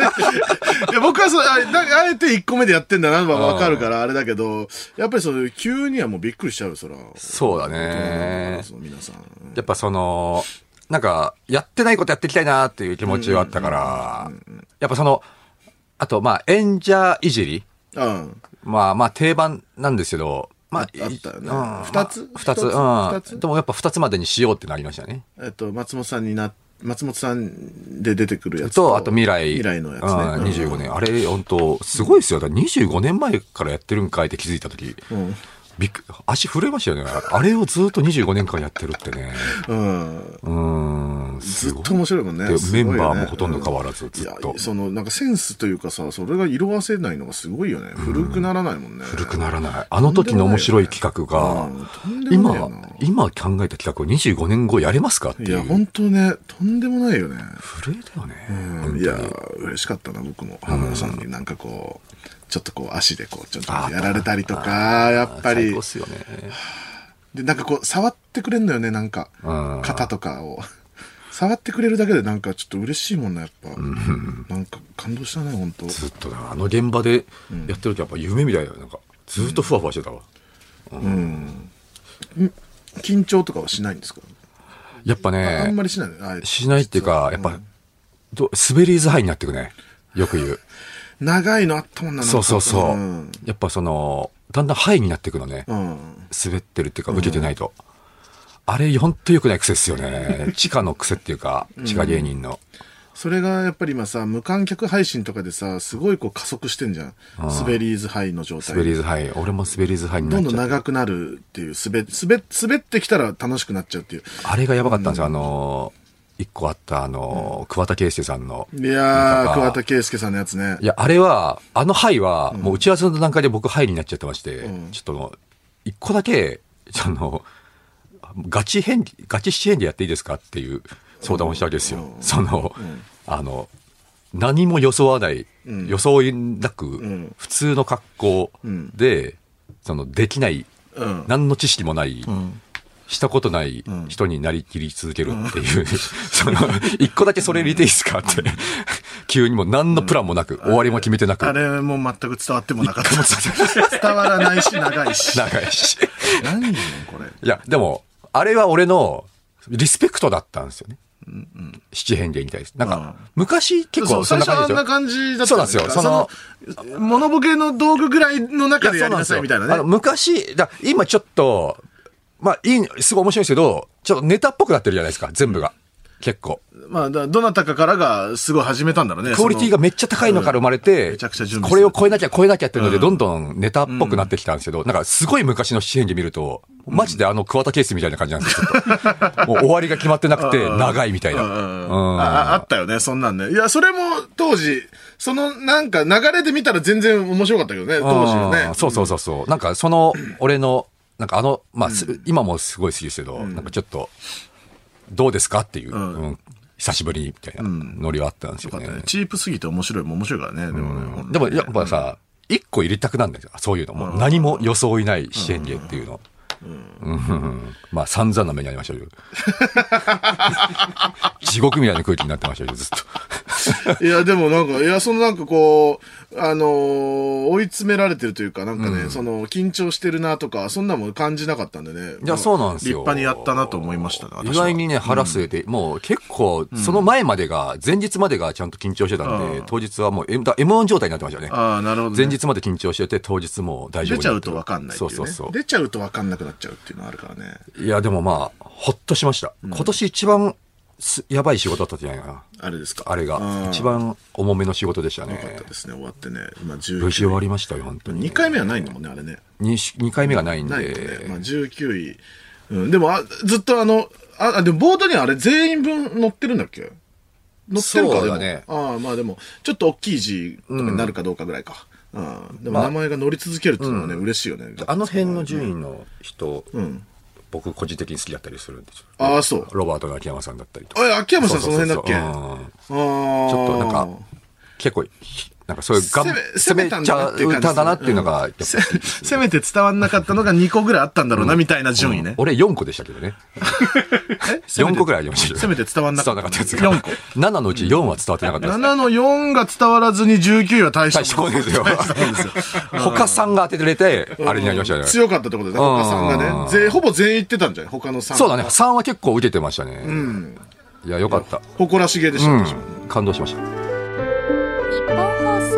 A: や、僕はそう、あれだあえて1個目でやってんだな、は分かるから、あれだけど、やっぱりその、急にはもうびっくりしちゃう、そら。
C: そうだ
A: 大
C: ね
A: 人。の皆さん。
C: やっぱその、なんか、やってないことやっていきたいなっていう気持ちはあったから、やっぱその、あと、まあ、演者いじり
A: うん。
C: まあまあ定番なんですけど、まあ、
A: ああったよね
C: うん
A: 二つ
C: まあ
A: 一
C: 二つ、う
A: つ
C: ん。
A: 二つ
C: でもやっぱ二つまでにしようってなりましたね。
A: えっと、松本さんにな、松本さんで出てくるやつ
C: と、あと未来。
A: 未来のやつね。
C: うん、25年。あれ、本当すごいですよ。だから25年前からやってるんかいって気づいたとき、
A: ん
C: びっく足震えましたよね。あれをずっと25年間やってるってね。
A: うん。うん
C: うーん、す
A: ず
C: ご
A: っ
C: い。
A: と面白いもんね。
C: です
A: ご
C: メ
A: いよね
C: ンバーもほとんど変わらず、
A: うん
C: ずっ
A: い
C: と
A: や。その、なんかセンスというかさ、それが色あせないのがすごいよね。古くならないもんね。
C: 古くならない。あの時の面白い企画が
A: うん、とんでもないよ
C: 今
A: な、
C: 今考えた企画を25年後やれますかって
A: い
C: い
A: や、
C: う。
A: 本当ね、とんでもないよね。
C: 震えだよね。
A: うんいや、嬉しかったな、僕も。浜田さんになんかこう、ちょっとこう足でこう、ちょっとやられたりとか、やっぱ
C: 最
A: り
C: 高っ。すよね。
A: で、なんかこう、触ってくれんのよね、なんか
C: うん。
A: 肩とかを。触ってくれるだけでなんかちょっと嬉しいもんな、やっぱ。なんか感動したね、本当
C: ずっとなあの現場でやってるとやっぱ夢みたいだよ。なんか、ずっとふわふわしてたわ。
A: 緊張とかはしないんですか
C: やっぱ
A: あん
C: ね
A: ま、りしないねあえて
C: しないっていうか、やっぱ、ど滑りーズハイになってくね。よく言う。
A: 長いのあったもんななんか
C: そうそうそ
A: う
C: う
A: ん。
C: やっぱその、だんだんハイになってくのね。
A: うん
C: 滑ってるっていうか、受けてないと。あれ、ほんと良くない癖っすよね。地下の癖っていうか、地下芸人の。
A: それがやっぱり今さ無観客配信とかでさすごいこう加速してんじゃん滑りーズハイの状態
C: 滑りーズハイ。俺も滑りーズハイにな
A: ど
C: っ
A: んどん
C: ちゃった。
A: 長くなるっていう滑滑滑ってきたら楽しくなっちゃうっていう
C: あれがやばかったんですよ。あの、一個あった、あの、桑田佳祐さんの。
A: いや
C: なん
A: ー
C: か
A: 桑田佳祐さんのやつね
C: いや、あれは、あの灰は、もう打ち合わせの段階で僕灰になっちゃってまして、ちょっともう、一個だけ、あの、ガチ返事ガチ支援でやっていいですかっていう相談をしたわけですよ。その、あの、何も装わない、装いなく、
A: ん
C: 普通の格好で、その、できない、
A: うん
C: 何の知識もない、したことない人になりきり続けるっていう、 その、一個だけそれ入れていいですか って、急にもう何のプランもなく、終わりも決めてなく、
A: あ
C: 長
A: れも全く伝わってもなかった 伝わらないし長いし
C: いし。
A: 何よこれ
C: いや、でも、あれは俺のリスペクトだったんですよね。七変化に対して。なんか、昔結構そんな
A: そう最初
C: 感じ
A: はあん
C: で
A: な
C: しょ
A: 感じだった
C: そうなんですよ
A: かその、物ボケの道具ぐらいの中でやりなさいみたいな
C: あ
A: ね。
C: の昔、だ今ちょっと、まあ、いい、すごい面白いんですけど、ちょっとネタっぽくなってるじゃないですか、全部が。結構。
A: まあ、だどなたかからがすごい始めたんだろうね。
C: クオリティがめっちゃ高いのから生まれて、
A: うんめちゃくちゃ準備
C: こ
A: す
C: れ
A: る
C: を超えなきゃ超えなきゃっていうので、どんどんネタっぽくなってきたんですけど、なんかすごい昔の支援で見ると、マジであの桑田ケースみたいな感じなんですよ。ちょ っともう終わりが決まってなくて、長いみたいな。
A: そのうん
C: うん
A: あああったよね、そんなんね。いや、それも当時、そのなんか流れで見たら全然面白かったけどね、当時の
C: あー
A: ね。
C: そうそうそうそう。なんかその、俺の、なんかあの、まあ、す今もすごい好きですけど、なんかちょっと、どうですかっていう、うん久しぶりみたいなノリはあったんですよね。
A: チープすぎて面白いも面白いからね、でもね。
C: でもやっぱさ、一個入れたくなるんだよ。そういうの。もう何も装いない支援芸っていうの。うんまあ散々な目にありましたよ。 地獄みたいな空気になってましたよ、ずっと。
A: いや、でもなんか、いや、そのなんかこう、あのー追い詰められてるというか、なんかね、その、緊張してるなとか、そんなもん感じなかったんでね。
C: いや、そうなんです
A: 立
C: よ。
A: 派にやったなと思いましたね、私
C: 意
A: は
C: 外にね、腹据えて、もう結構、その前までが、前日までがちゃんと緊張してたんで、当日はもう、M- だ M1 状態になってましたよね。
A: ああ、なるほど、ね。
C: 前日まで緊張してて、当日もう大丈夫
A: 出ちゃうとわかんないって
C: そ
A: いうう、ね。
C: そうそう。
A: 出ちゃうとわかんなくなっちゃうっていうのはあるからね。
C: いや、でもまあ、ほっとしました。今年一番す、やばい仕事だったんじゃないかな。
A: あれですか。
C: あ
A: う
C: れ
A: ん
C: が。一番重めの仕事でした
A: よかっ
C: ね
A: た。ですね、終わってね。今
C: 無事終
A: 19
C: わりましたよ、本当
A: 位。2
C: に。
A: 回目はないんだもんね、あれね。
C: に2回目がないん
A: ないんでね。まあ
C: で。
A: 19位。うん、でもあ、ずっとあの、あ、あでもボードにはあれ全員分乗ってるんだっけ乗ってるか
C: そうだね
A: でもああ、まあでも、ちょっと大きい字とかになるかどうかぐらいか。うん。でも
C: まあ
A: 名前が乗り続けるっていうのはね、嬉しいよね。
C: あの辺の順位の人、
A: ん
C: 僕個人的に好きだったりするんですよ。
A: ああ、そう。
C: ロバートの秋山さんだったりとか。
A: あれ、秋山さんその辺だっけ
C: そう
A: あ
C: そうそううん
A: あ。
C: ちょっとなんか、結構、ひなんかそういうガン
A: 攻め攻
C: 攻
A: め
C: め
A: たん
C: ちゃ
A: だ
C: う
A: っていう感じ
C: 歌だなっていうのが、やっぱ
A: せ、せめて伝わんなかったのが2個ぐらいあったんだろうな、みたいな順位ね。
C: 俺4個でしたけどね。4個ぐらいありましたけど。
A: せめて伝わんなか
C: 伝
A: っ
C: わ
A: た
C: らなかった
A: 4
C: やつが。
A: 個。
C: 7のうち4は伝わってなかったですね。
A: 7の4が伝わらずに19位は大した
C: 大したもんですよ
A: 大したもんですよ。
C: 他さんが当ててれて、あれになりましたね。
A: 強かったってことですね、他さんが
C: う
A: ね。
C: ん
A: ぜほぼ全員行ってたんじゃない他の3。
C: そうだね。。3は結構受けてましたね。いや、よかった。
A: 誇らしげでした、
C: うん
A: 私も。
C: 感動しました。
B: 日本放送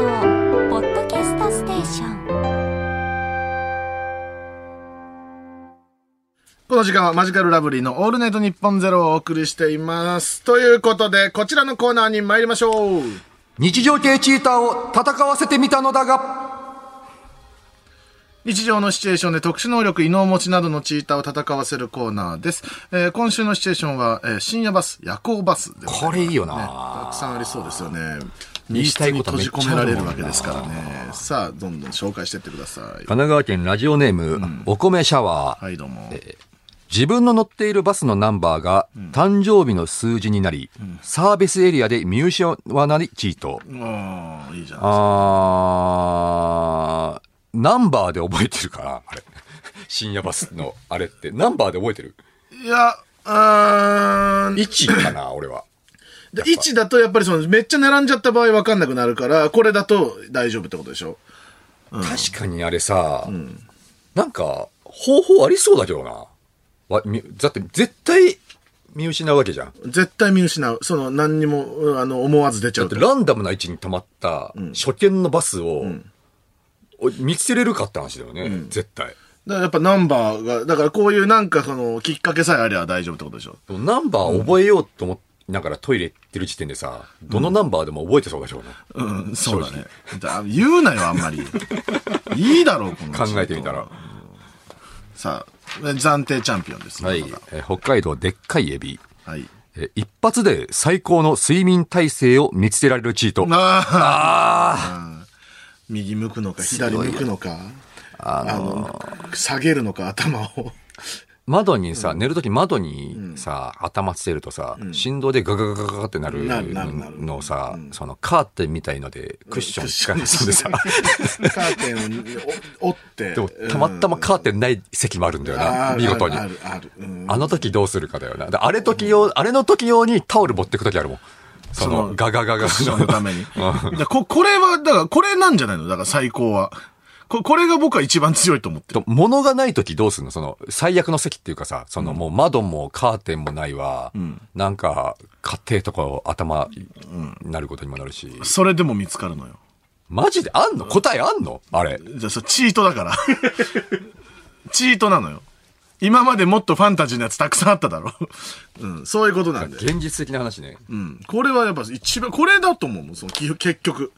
B: ポッドキャストステーション
A: この時間はマジカルラブリーのオールナイトニッポンゼロをお送りしています。ということで、こちらのコーナーに参りましょう。
C: 日常系チーターを戦わせてみたのだが、
A: 日常のシチュエーションで特殊能力、異能持ちなどのチーターを戦わせるコーナーです。えー今週のシチュエーションは、えー深夜バス、夜行バスでございます
C: これいいよ
A: ね
C: な。
A: たくさんありそうですよね。
C: 言い
A: 密室
C: たい
A: に
C: こと
A: 閉じ
C: めっちゃ
A: 込められるわけですからね。さあ、どんどん紹介してってください。
C: 神奈川県ラジオネーム、お米シャワー。
A: はい、どうも。
C: 自分の乗っているバスのナンバーが誕生日の数字になり、サービスエリアで見失わないチート。
A: ああ、いいじゃん。
C: あー、ナンバーで覚えてるかなあれ。 深夜バスのあれって、ナンバーで覚えてる
A: いや、うーん。
C: ?1 かな俺は。
A: で位置だとやっぱりその、めっちゃ並んじゃった場合わかんなくなるから、これだと大丈夫ってことでしょ。
C: 確かにあれさ、なんか、方法ありそうだけどな。わみだって絶対見失うわけじゃん。
A: 絶対見失う。その、何にも、うんあの、思わず出ちゃ
C: だ
A: う
C: っ
A: ってて。
C: ランダムな位置に止まった初見のバスを、お見つけれるかって話だよね、絶対。
A: だからやっぱナンバーが、だからこういうなんかその、きっかけさえありゃ大丈夫ってことでしょ。
C: でもナンバー覚えようと思いながらトイレ行ってる時点でさ、どのナンバーでも覚えてそうだしょうね。
A: うん、そうだね。だ言うなよ、あんまり。いいだろう、この
C: 考えてみたら。
A: さあ、暫定チャンピオンです、
C: はい
A: この方。
C: えー北海道でっかいエビ。
A: はい。
C: えー一発で最高の睡眠体制を見つけられるチート。
A: ああ
C: あ
A: 右向くのか、左向くのか、あの、下げるのか、頭を。
C: 窓にさ、寝るとき窓にさ、頭つけるとさ、振動でガガガガガガってなる
A: なるなるなる
C: のをさ、そのカーテンみたいのでクッションしかないそうでさ。
A: カーテンをお折って。
C: でも、たまたまカーテンない席もあるんだよ
A: あ
C: な、
A: る
C: 見事に。
A: ある、ある。あるうん
C: あの時どうするかだよな。だあれ時用、あれの時用にタオル持ってく時あるもん。そ
A: その
C: の、ガガガガ
A: クッションのために。だここれは、だから、これなんじゃないのだから、最高は。ここれが僕は一番強いと思ってる。
C: と物がない時どうするのその、最悪の席っていうかさ、その、もう窓もカーテンもないわ。なんか、家庭とか頭、なることにもなるし。
A: それでも見つかるのよ。
C: マジであんの答えあんのあ れ。
A: じゃあ、それチートだから。チートなのよ。今までもっとファンタジーなやつたくさんあっただろ。うん、そういうことなんで。
C: 現実的な話ね。
A: うん。これはやっぱ一番、これだと思うもん、そのき結局。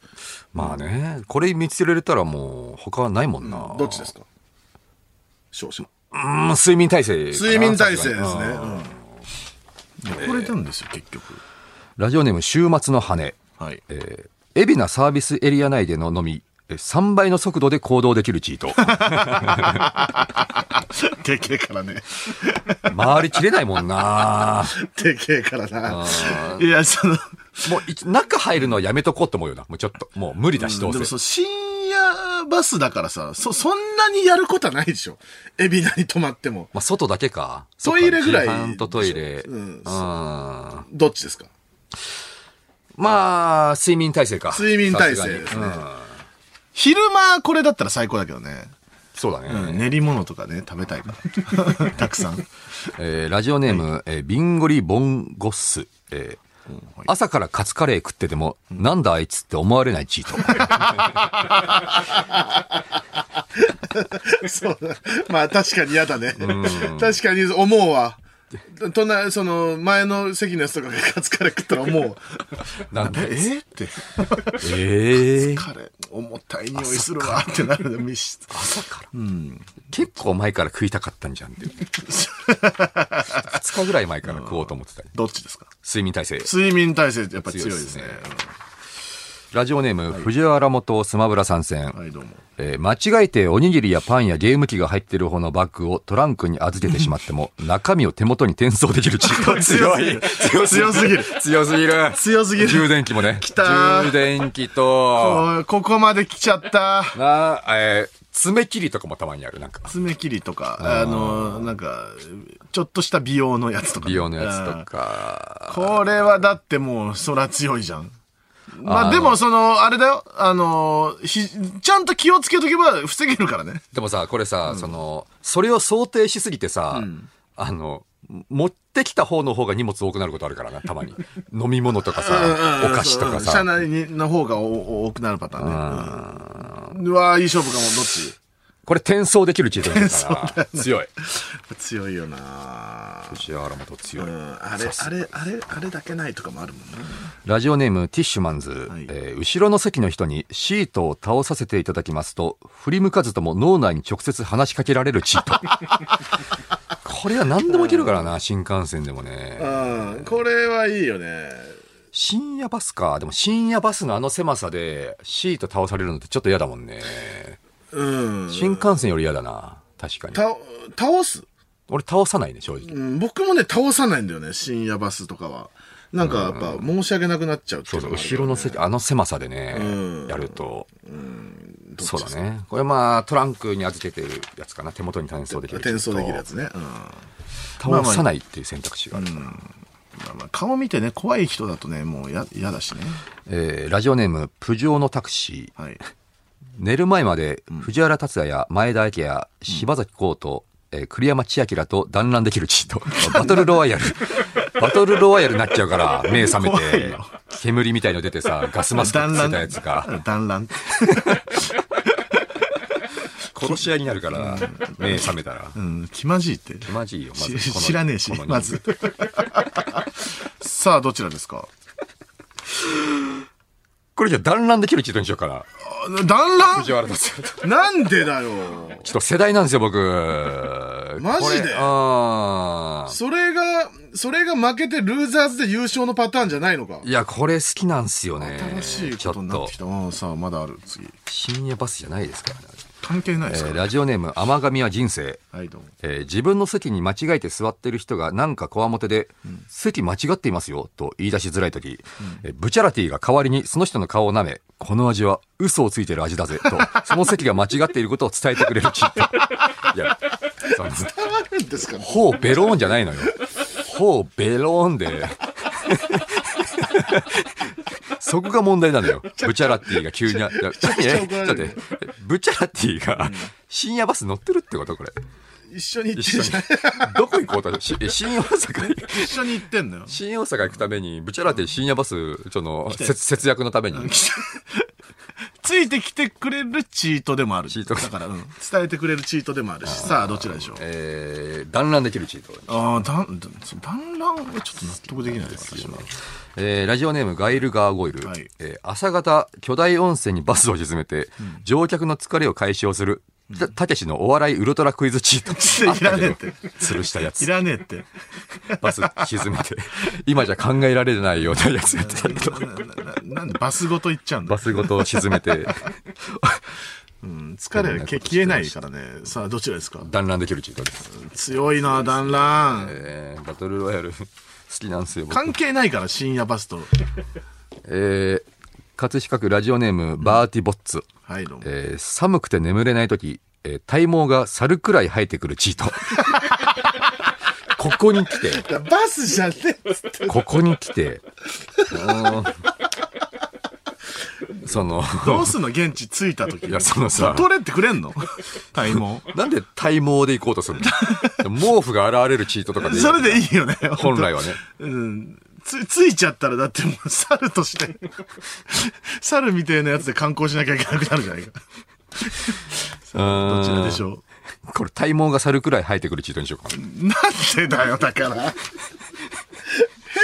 C: まあね、これ見つけられたらもう他はないもんな。
A: どっちですか少々。
C: うーん、睡眠体制かな。
A: 睡眠体制ですね。
C: さがにうん
A: うん。これなんですよ、結局。
C: ラジオネーム週末の羽。
A: はい。
C: えー、海老名サービスエリア内での飲み、え3倍の速度で行動できるチー ト。
A: でけえからね。
C: 回りきれないもんな。
A: でけえからな。いや、その、
C: もうい、中入るのはやめとこうと思うよな。もうちょっと、もう無理だし、どう
A: でも
C: せ
A: そう、。深夜バスだからさ、そ、そんなにやることはないでしょ。海老名に泊まっても。
C: まあ、外だけか。
A: トイレぐらい
C: そっか自販とトイレ。
A: うん
C: うんま
A: どっちですか
C: あ、睡眠体制か。
A: 睡眠体制ですね
C: さがにうん
A: 昼間これだったら最高だけどね。
C: そうだね。
A: うん、練り物とかね、食べたい から。たくさん。
C: えーラジオネーム、えービンゴリボンゴッス。えー朝からカツカレー食ってても、なんだあいつって思われない チート。
A: そうだ。まあ確かに嫌だね。確かに思うわ。隣、その、前の席のやつとかがカツカレー食ったら思うわ。
C: なんだ
A: えーって。
C: ええ
A: カレー、重たい匂いするわってなるの、飯。
C: 結構前から食いたかったんじゃ んっていう。2日ぐらい前から食おうと思ってた。
A: どっちですか
C: 睡眠体制。
A: 睡眠体制ってやっぱ強いですね。
C: 強いでラジオネーム、藤原元スマブラ参戦。
A: はい、どうも。
C: えー間違えておにぎりやパンやゲーム機が入ってる方のバッグをトランクに預けてしまっ ても、中身を手元に転送できるチート。
A: 強い
C: 強すぎる。
A: 強すぎる。
C: 強すぎる。
A: 強すぎる
C: 充電器もね。
A: たー
C: 充電器と、
A: おいここまで来ちゃった。
C: なあ、えー爪切りとかもたまにある。なんか、
A: 爪切りとか、あの、なんか、ちょっとした美容のやつとか。
C: 美容のやつとか。
A: これはだってもう、そら強いじゃん。
C: あ
A: まあ
C: の
A: でも、その、あれだよ。あの、ひ、ちゃんと気をつけとけば防げるからね。
C: でもさ、これさ、その、それを想定しすぎてさ、あの、持ってきた方の方が荷物多くなることあるからな、たまに。 飲み物とかさ、お菓子とか
A: うん車
C: さ。
A: 内にの方がおお多くなるパターンね。うんうわいい勝負かも、どっち
C: これ転送できるチートだから、強い。
A: 強いよな
C: 藤原元強い。
A: うんあれ、あれ、あれ、あれだけないとかもあるもんね。
C: ラジオネームティッシュマンズ、
A: い
C: えー後ろの席の人にシートを倒させていただきますと、振り向かずとも脳内に直接話しかけられるチ ート。これは何でもいけるからな、新幹線でもね。
A: うん、これはいいよね。
C: 深夜バスか。でも深夜バスのあの狭さでシート倒されるのってちょっと嫌だもんね。
A: うん。
C: 新幹線より嫌だな。確かに。
A: た、倒す
C: 俺倒さないね、正直。
A: うん、僕もね、倒さないんだよね、深夜バスとかは。なんか、やっぱ、申し訳なくなっちゃうって
C: そ
A: いうう
C: そ
A: の
C: う、
A: がある
C: 後ろの席、あの狭さでね、
A: うん
C: やると。
A: どっち
C: そうだね。これまあ、トランクに預けてるやつかな。手元に転送できる。
A: 転送できるやつね。うん。
C: 倒さないっていう選択肢がある、
A: まあまあ顔見てね、怖い人だとね、もうや、嫌だしね。
C: えーラジオネーム「プジョーのタクシー
A: はい。」
C: 寝る前まで藤原竜也や前田明や柴崎浩と、えー栗山千明らと団らんできるチー トバトルロワイヤルバトルロワイヤルになっちゃうから目覚め
A: 怖い
C: て
A: よ
C: 煙みたいの出てさガスマスク
A: 団
C: つ
A: ら
C: け
A: ん
C: たやつが。
A: 団らん。
C: 殺し合いになるから目覚めたら
A: うん、気まじいって。
C: マジいよまず
A: し
C: この
A: 知らねえし
C: この、人
A: まず。 さあ、どちらですか
C: これじゃあ団らんできるチートにしようかな
A: あ団らん
C: 藤原竜也と
A: なんでだよ。
C: ちょっと世代なんですよ僕
A: マジで
C: これあー
A: それが、それが負けてルーザーズで優勝のパターンじゃないのか
C: い。やこれ好きなんすよね
A: 新しいことになってきた。うん、さあ、まだある、次。
C: 深夜バスじゃないですからね。
A: 関係ない
C: え
A: ですか
C: ーラジオネーム、甘神は人生。
A: はい、 どうも。
C: えー自分の席に間違えて座ってる人がなんかこわもてで、席間違っていますよと言い出しづらいとき、えーブチャラティが代わりにその人の顔を舐め、この味は嘘をついてる味だぜと、その席が間違っていることを伝えてくれるチート。いや、その、
A: 伝わるんですかね
C: ほうベローンじゃないのよ。ほうベローンで。そこが問題なんだよ。ブチャラティが急に、いやちょっと待っ
A: ちゃ
C: て
A: くちゃ怒られる、
C: ブチャラティが深夜バス乗ってるってことこれ。
A: 一緒に行って
C: 一
A: る
C: 緒
A: じゃん
C: に。どこ行こうとし新大阪に。
A: 一緒に行ってんのよ。
C: 新大阪行くために、ブチャラティ深夜バス、その、節節約のために。
A: ついてきてくれるチートでもある。
C: チート
A: だから、うん。伝えてくれるチートでもあるし、さあ、どちらでしょう。
C: えー、団らんできるチート。
A: ああ、だん、だ団らんはちょっと納得できないです、私は。
C: えーラジオネームガイル・ガーゴイル、
A: はい
C: えー朝方巨大温泉にバスを沈めて、乗客の疲れを解消するたたけしのお笑いウルトラクイ ズチート
A: いらねえって
C: あたけど吊るしたや
A: い
C: つ
A: らねえって。
C: バス沈めて今じゃ考えられないようなやつやってたけど
A: なななんでバスごと行っちゃうんだ
C: バ。スごと沈めて
A: うん疲れがけ消えないからね。さあ、どちらですか
C: 団らんできるチートです、
A: 強いな、団らん。
C: えーバトルロイヤル好きなんですよ僕
A: 関係ないから、深夜バスと。
C: えー葛飾区ラジオネームバーティボッツ、
A: はい、どうも。
C: えー寒くて眠れない時、えー体毛が猿くらい生えてくるチート。 ここに来て、
A: バスじゃねえっつって
C: ここに来て、うんその、
A: どうすんの現地着いた時。
C: いや、そのさ、
A: 取れってくれん の体毛。
C: なんで体毛で行こうとするの毛布が現れるチートとかでいい
A: それでいいよね。
C: 本来はね。
A: うん。つ、ついちゃったらだってもう 猿として、猿みたいなやつで観光しなきゃいけなくなるじゃないか。どちらでしょう。
C: うんこれ体毛が猿くらい生えてくるチートにしようか。
A: なんでだよ、だ から。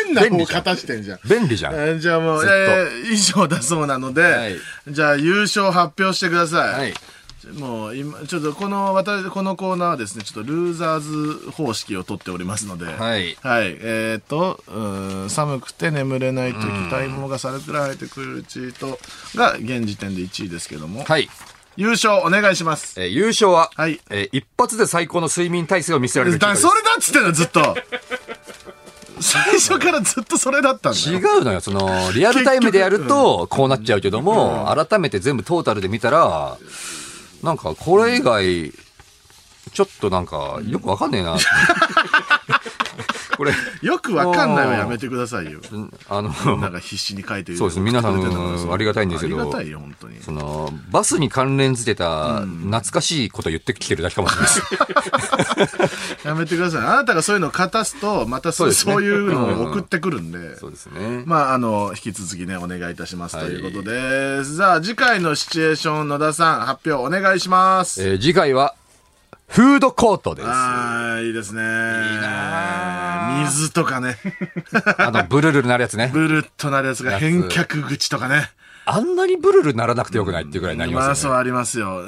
A: 変な
C: 便利
A: 方
C: じゃん
A: 片してんじゃん。
C: 便利じゃん。
A: えーじゃあもう、
C: ず
A: え
C: っ
A: ー
C: と
A: 以上だそうなので、
C: はい
A: じゃあ優勝発表してください。
C: はい
A: もう今、ちょっとこの、私、このコーナーはですね、ちょっとルーザーズ方式を取っておりますので、
C: はい
A: えっ、と、うーん寒くて眠れない時、体毛が猿くらい生えてくるチートが現時点で1位ですけども、
C: はい。
A: 優勝お願いします。
C: えー優勝は、
A: はい
C: えー一発で最高の睡眠体制を見せられるチート
A: だ
C: です
A: それだっつってんの、ずっと。最初からずっとそれだったんだ
C: 違
A: よ。
C: うのよ。その、リアルタイムでやると、こうなっちゃうけども、改めて全部トータルで見たら、なんか、これ以外、ちょっとなんか、よくわかんねえな。 これ、
A: よくわかんないはやめてくださいよ。
C: あの、
A: なんか必死に書いてる
C: そうです皆さん
A: 送ってくれてるから
C: ありがたいんですけど
A: ありがたいよ、本当に。
C: その、バスに関連づけた、懐かしいこと言ってきてるだけかもしれないです。
A: やめてください。あなたがそういうのを勝たすと、またそ
C: そう
A: う,、
C: ですね
A: いうのを送ってくるんで。
C: そうですね。
A: まあ、あの、引き続きね、お願いいたします、
C: はい
A: ということです。さあ、次回のシチュエーション、野田さん、発表お願いします。
C: えー次回は、フードコートです。あ
A: ああ、いいですね。いいな水とかね、
C: の、ブルルなるやつね。
A: ブルッとなるやつが
C: やつ
A: 返却口とかね。
C: あんなにブルルならなくてよくないっていうぐらいになり
A: まあ、
C: ます
A: そ
C: よ
A: う
C: ね。
A: ありますよ。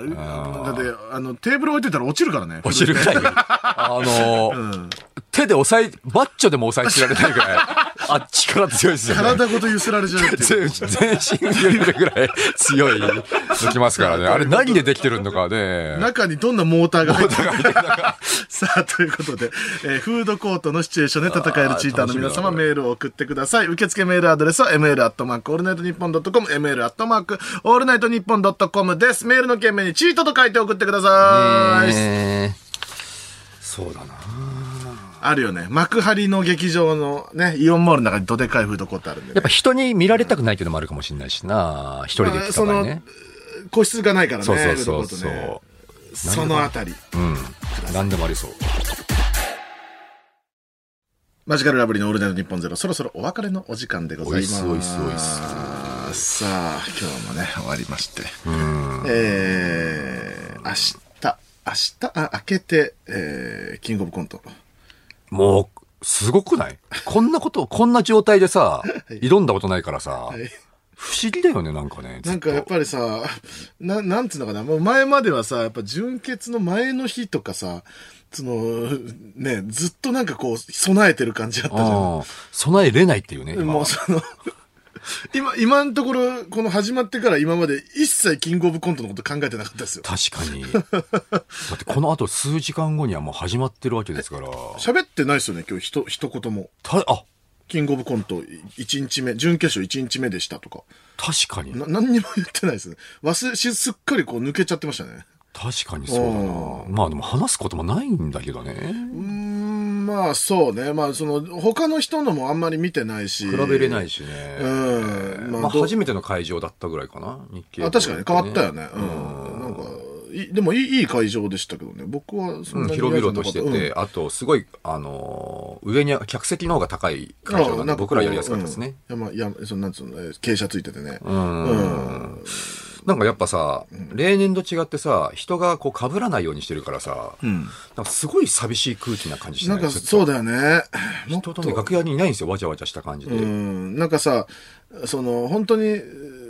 A: だって、あの、テーブル置いてたら落ちるからね。
C: お汁ぐらい。 あのー、手で押さえ、マッチョでも押さえきられないぐ らい、あっちから強いですよね。
A: 体ごと揺すられちゃうっていう。
C: 全全身揺れるぐらい強いのきますからね。あれ何でできてるのかね。
A: 中にどんなモーターが入ってるのか。 さあ、ということで、えーフードコートのシチュエーションで戦えるチーターの皆様
C: あー楽しみだなこ
A: メールを送ってください。受付メールアドレスは m l a l l n i g h t n i p p o n c o m m l a l l n i g h t n i p p o n c o m です。メールの件名にチートと書いて送ってください。
C: えーそうだな。
A: あるよね。幕張の劇場のね、イオンモールの中にどでかいフードコートあるんで
C: やっ
A: ね。
C: ぱ人に見られたくないっていうのもあるかもしれないしな。一人で行くとかね。
A: 個室がないからね、
C: そうそうそう
A: フード
C: そ
A: コートね
C: う。
A: そのあたり。
C: 何でもありそう。
A: マジカルラブリーのオールナイトニッポンゼロ、そろそろお別れのお時間でございます。
C: おいっすおいっす
A: さあ、今日もね、終わりまして。えー、明日、明日、あ、明けて、えー、キングオブコント。
C: もう、すごくないこんなこと、こんな状態で さ、挑んだことないからさ、
A: い
C: 不思議だよね、なんかね。ず
A: なん
C: っと
A: かやっぱりさ、ななんつうのかな、もう前まではさ、やっぱ純潔の前の日とかさ、その、ね、ずっとなんかこう、備えてる感じあったじゃん。
C: うん備えれないっていうね、今
A: もうその、 今、今のところ、この始まってから今まで一切キングオブコントのこと考えてなかったですよ。
C: 確かに。だってこの後数時間後にはもう始まってるわけですから。
A: 喋ってないですよね、今日ひと、一言も。
C: たあ、
A: キングオブコント1日目、準決勝1日目でしたとか。
C: 確かに。
A: な、何にも言ってないですね。忘れ、しすっかりこう抜けちゃってましたね。
C: 確かにそうだな。まあでも話すこともないんだけどね。
A: うーん、まあそうね。まあその、他の人のもあんまり見てないし。。
C: 比べれないいしね。
A: うん。
C: ま
A: ま
C: あ
A: あ、ど
C: 初めての会場だったぐらいかな、日系、
A: あ確かに変わったよ。ね。うん。なんか、いでもいいいい会場でしたけどね。僕はそん
C: うん
A: なに
C: 広々として
A: 嫌じゃなかった
C: て、あと、すごい、あのー上に、客席の方が高い会場なんで、僕らやりやすかったですね。
A: うん、やまやそのなんつうの、えー傾斜ついててね。
C: うん。なんかやっぱさ、例年と違ってさ、人がこう被らないようにしてるからさ、なんかすごい寂しい空気な感じし
A: な
C: ない
A: んか
C: ずっと
A: そうだよね。もっ
C: 人とね、楽屋にいないんですよ、わちゃわちゃした感じで。
A: うん、なんかさ、その、本当に、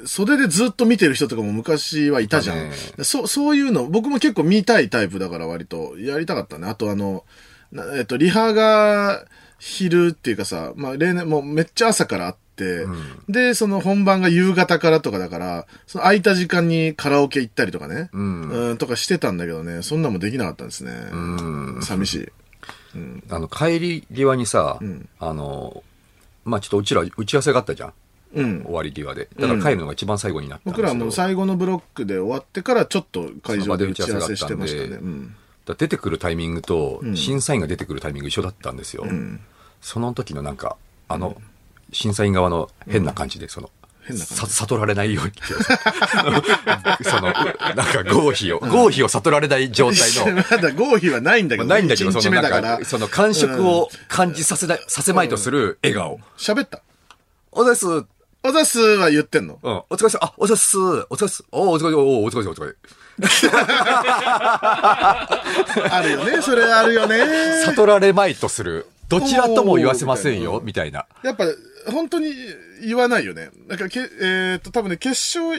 A: 袖でずっと見てる人とかも昔はいたじゃん。
C: いた
A: そそういうの、僕も結構見たいタイプだから割とやりたかったね。あとあの、なえっと、リハが昼っていうかさ、まあ例年もうめっちゃ朝からあって、で、その本番が夕方からとかだから、その空いた時間にカラオケ行ったりとかね、うん、とかしてたんだけどね、そんなもできなかったんですね。寂しい。
C: あの、帰り際にさ、あの、まあちょっとうちら打ち合わせがあったじゃん。
A: うん。
C: 終わり際で。だから帰るのが一番最後になったん
A: 僕
C: ですけど、
A: らもう最後のブロックで終わってからちょっと会場で打ち合わせしてましたね。
C: その場で打ち合わせがあったんで
A: うん
C: だから出てくるタイミングと、審査員が出てくるタイミング一緒だったんですよ。その時のなんか、あの、審査員側の変な感じで、その、
A: 変な感じ
C: さ悟られないようにっていうかその、なんか合否を、合否を悟られない状態の、
A: まだ合否はないんだけ
C: まあ
A: ど、
C: ないんだけど、
A: 1
C: そ
A: 日
C: の
A: 目だか
C: な
A: ら
C: んか、。その感触を感じさせない、させまいとする笑顔。
A: 喋った。
C: おです、うん、
A: おざすは言ってん の
C: お疲れ様、あ、お疲れっす、お疲れっす、おお疲れ様、おお疲れ様、お疲れ様。
A: あるよね。それあるよね。
C: 悟られまいとする。どちらとも言わせませんよ、みたいな。
A: やっぱ、本当に言わないよね。なんかけ、えーっと、多分ね、決勝、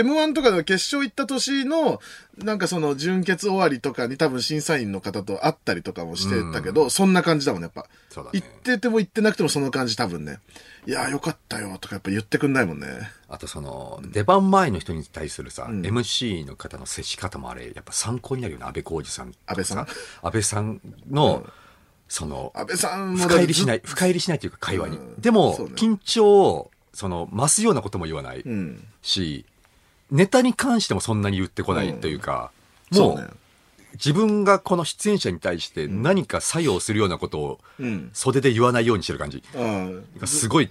A: M1 とかの決勝行った年の、なんかその、準決終わりとかに多分審査員の方と会ったりとかもしてたけど、そんな感じだもんね、やっぱ。
C: そうだね
A: 行ってても行ってなくてもその感じ多分ね。いやーよかったよとかやっぱ言ってくんないもんね。
C: あとその、出番前の人に対するさ、MC の方の接し方もあれ、やっぱ参考になるよね、安倍浩二さん。
A: 安倍さん。
C: 安倍さんの、その、
A: 安倍さんも。
C: 深入りしないい、深入りしないというか会話に
A: うん。
C: でも、
A: そうね
C: 緊張を、その、増すようなことも言わない
A: うん。
C: し、ネタに関してもそんなに言ってこないというか、
A: そ
C: も
A: うね
C: う、。自分がこの出演者に対して何か作用するようなことを
A: うん。
C: 袖で言わないようにしてる感じ。
A: うん。
C: すごい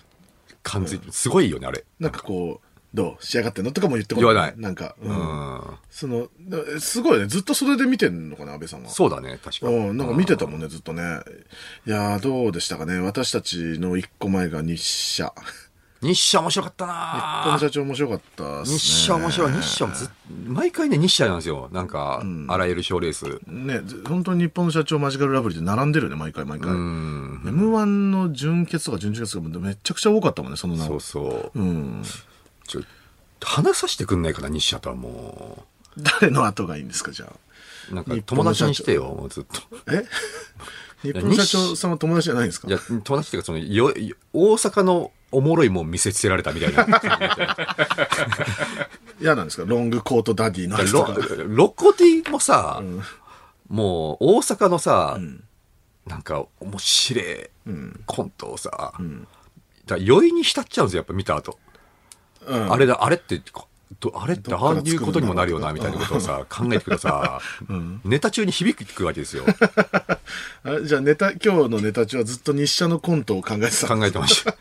C: 感じ、すごいよね、あれ。
A: なんかこう、どう仕上がってんのとかも言ってこ
C: 言わない
A: なんか、う。
C: うんん。
A: その、なすごいね。ずっとそれで見てんのかな、安倍さんは。
C: そうだね、確か。
A: うん、なんか見てたもんね、ずっとね。いやー、どうでしたかね。私たちの一個前が日社。
C: 日射面白かったな
A: この社長面白かったっすね。
C: 日射面白い。日射もずっ毎回ね、日射なんですよ。なんか、あらゆる賞レース。
A: ね、ず本当に日本の社長マジカルラブリーって並んでるよね、毎回毎回。
C: う
A: M1
C: ん。
A: の準決とか準々決とかもめちゃくちゃ多かったもんね、その名
C: そうそう。
A: うん。
C: ちょ、話させてくんないかな、日射とはも
A: 誰の後がいいんですか、じゃあ。
C: う。なんか、友達にしてよ、もうずっと。
A: え日本の社長さんは友達じゃないんですか
C: いや、友達っていうか、その、よ、よ大阪のおもろいもん見せつけられたみたいな。
A: 嫌なんですかロングコートダディのやつと
C: ロ
A: か。
C: ロコディもさ、もう大阪のさ、
A: ん
C: なんか面白いコントをさ、
A: ん
C: だから余韻に浸っちゃうんですよ、やっぱ見た後。
A: うん
C: あれだ、あれって、こどあれって
A: どっ
C: あ
A: から
C: あ
A: 作るんだろう
C: いうことにもなるよな、みたいなことをさ、考えてくださ、ネタ中に響くわ けですよ。
A: あれじゃあネタ、今日のネタ中はずっと日社のコントを考えてた。
C: 考えてました。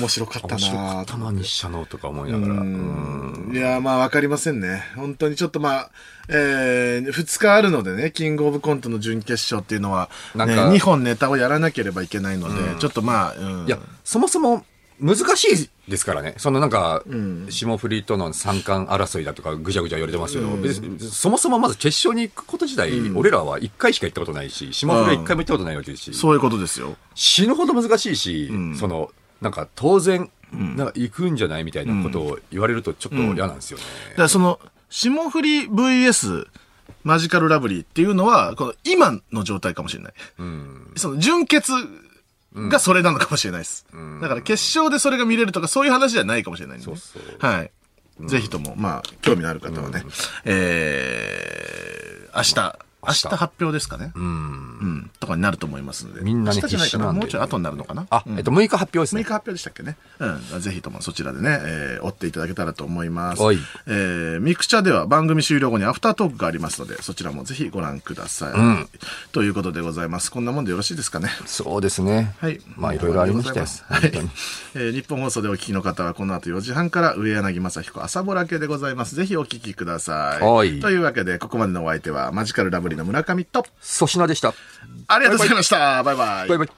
A: 面白かったな
C: 面白かったな、日射のとか思いながら。うん
A: いやーまあわかりませんね。本当にちょっとまあ、えー、2日あるのでね、キングオブコントの準決勝っていうのは、ね、
C: なんか
A: 2本ネタをやらなければいけないので、ちょっとまあ、うん、
C: いや、そもそも難しいですからね。そのなんか、霜降りとの三冠争いだとかぐちゃぐちゃ言われてますけど、別にそもそもまず決勝に行くこと自体、俺らは一回しか行ったことないし、霜降りは一回も行ったことないわけですし、
A: そういうことですよ。
C: 死ぬほど難しいし、その、なんか当然、なんか行くんじゃないみたいなことを言われるとちょっと嫌なんですよね。
A: だからその、霜降り VS マジカルラブリーっていうのは、この今の状態かもしれない。その、純潔がそれなのかもしれないです。だから決勝でそれが見れるとか、そういう話じゃないかもしれないんでね、
C: そうそ
A: はい。ぜひとも、まあ、興味のある方はね、えー、明日、明日発表ですかね。うん。とかになると思いますので。
C: みんなね
A: 明日じゃないか
C: 必死な
A: な。
C: んで
A: もうちょい後になるのかな。
C: あ、えっと、6日発表です
A: 6日発
C: ね。
A: 表でしたっけね。うん。ぜひともそちらでね、えー追っていただけたらと思います。
C: はい
A: えーミクチャでは番組終了後にアフタートークがありますので、そちらもぜひご覧ください。ということでございます。こんなもんでよろしいですかね。
C: そうですね。
A: はい。
C: まあ、いろいろありましたよ。
A: はい。えー日本放送でお聞きの方は、この後4時半から、上柳正彦朝ぼら系でございます。ぜひお聞きください。
C: はい
A: というわけで、ここまでのお相手は、マジカルラブリーの村上と、
C: 粗品でした。
A: ありがとうございました。バイバイ。
C: バイバイ。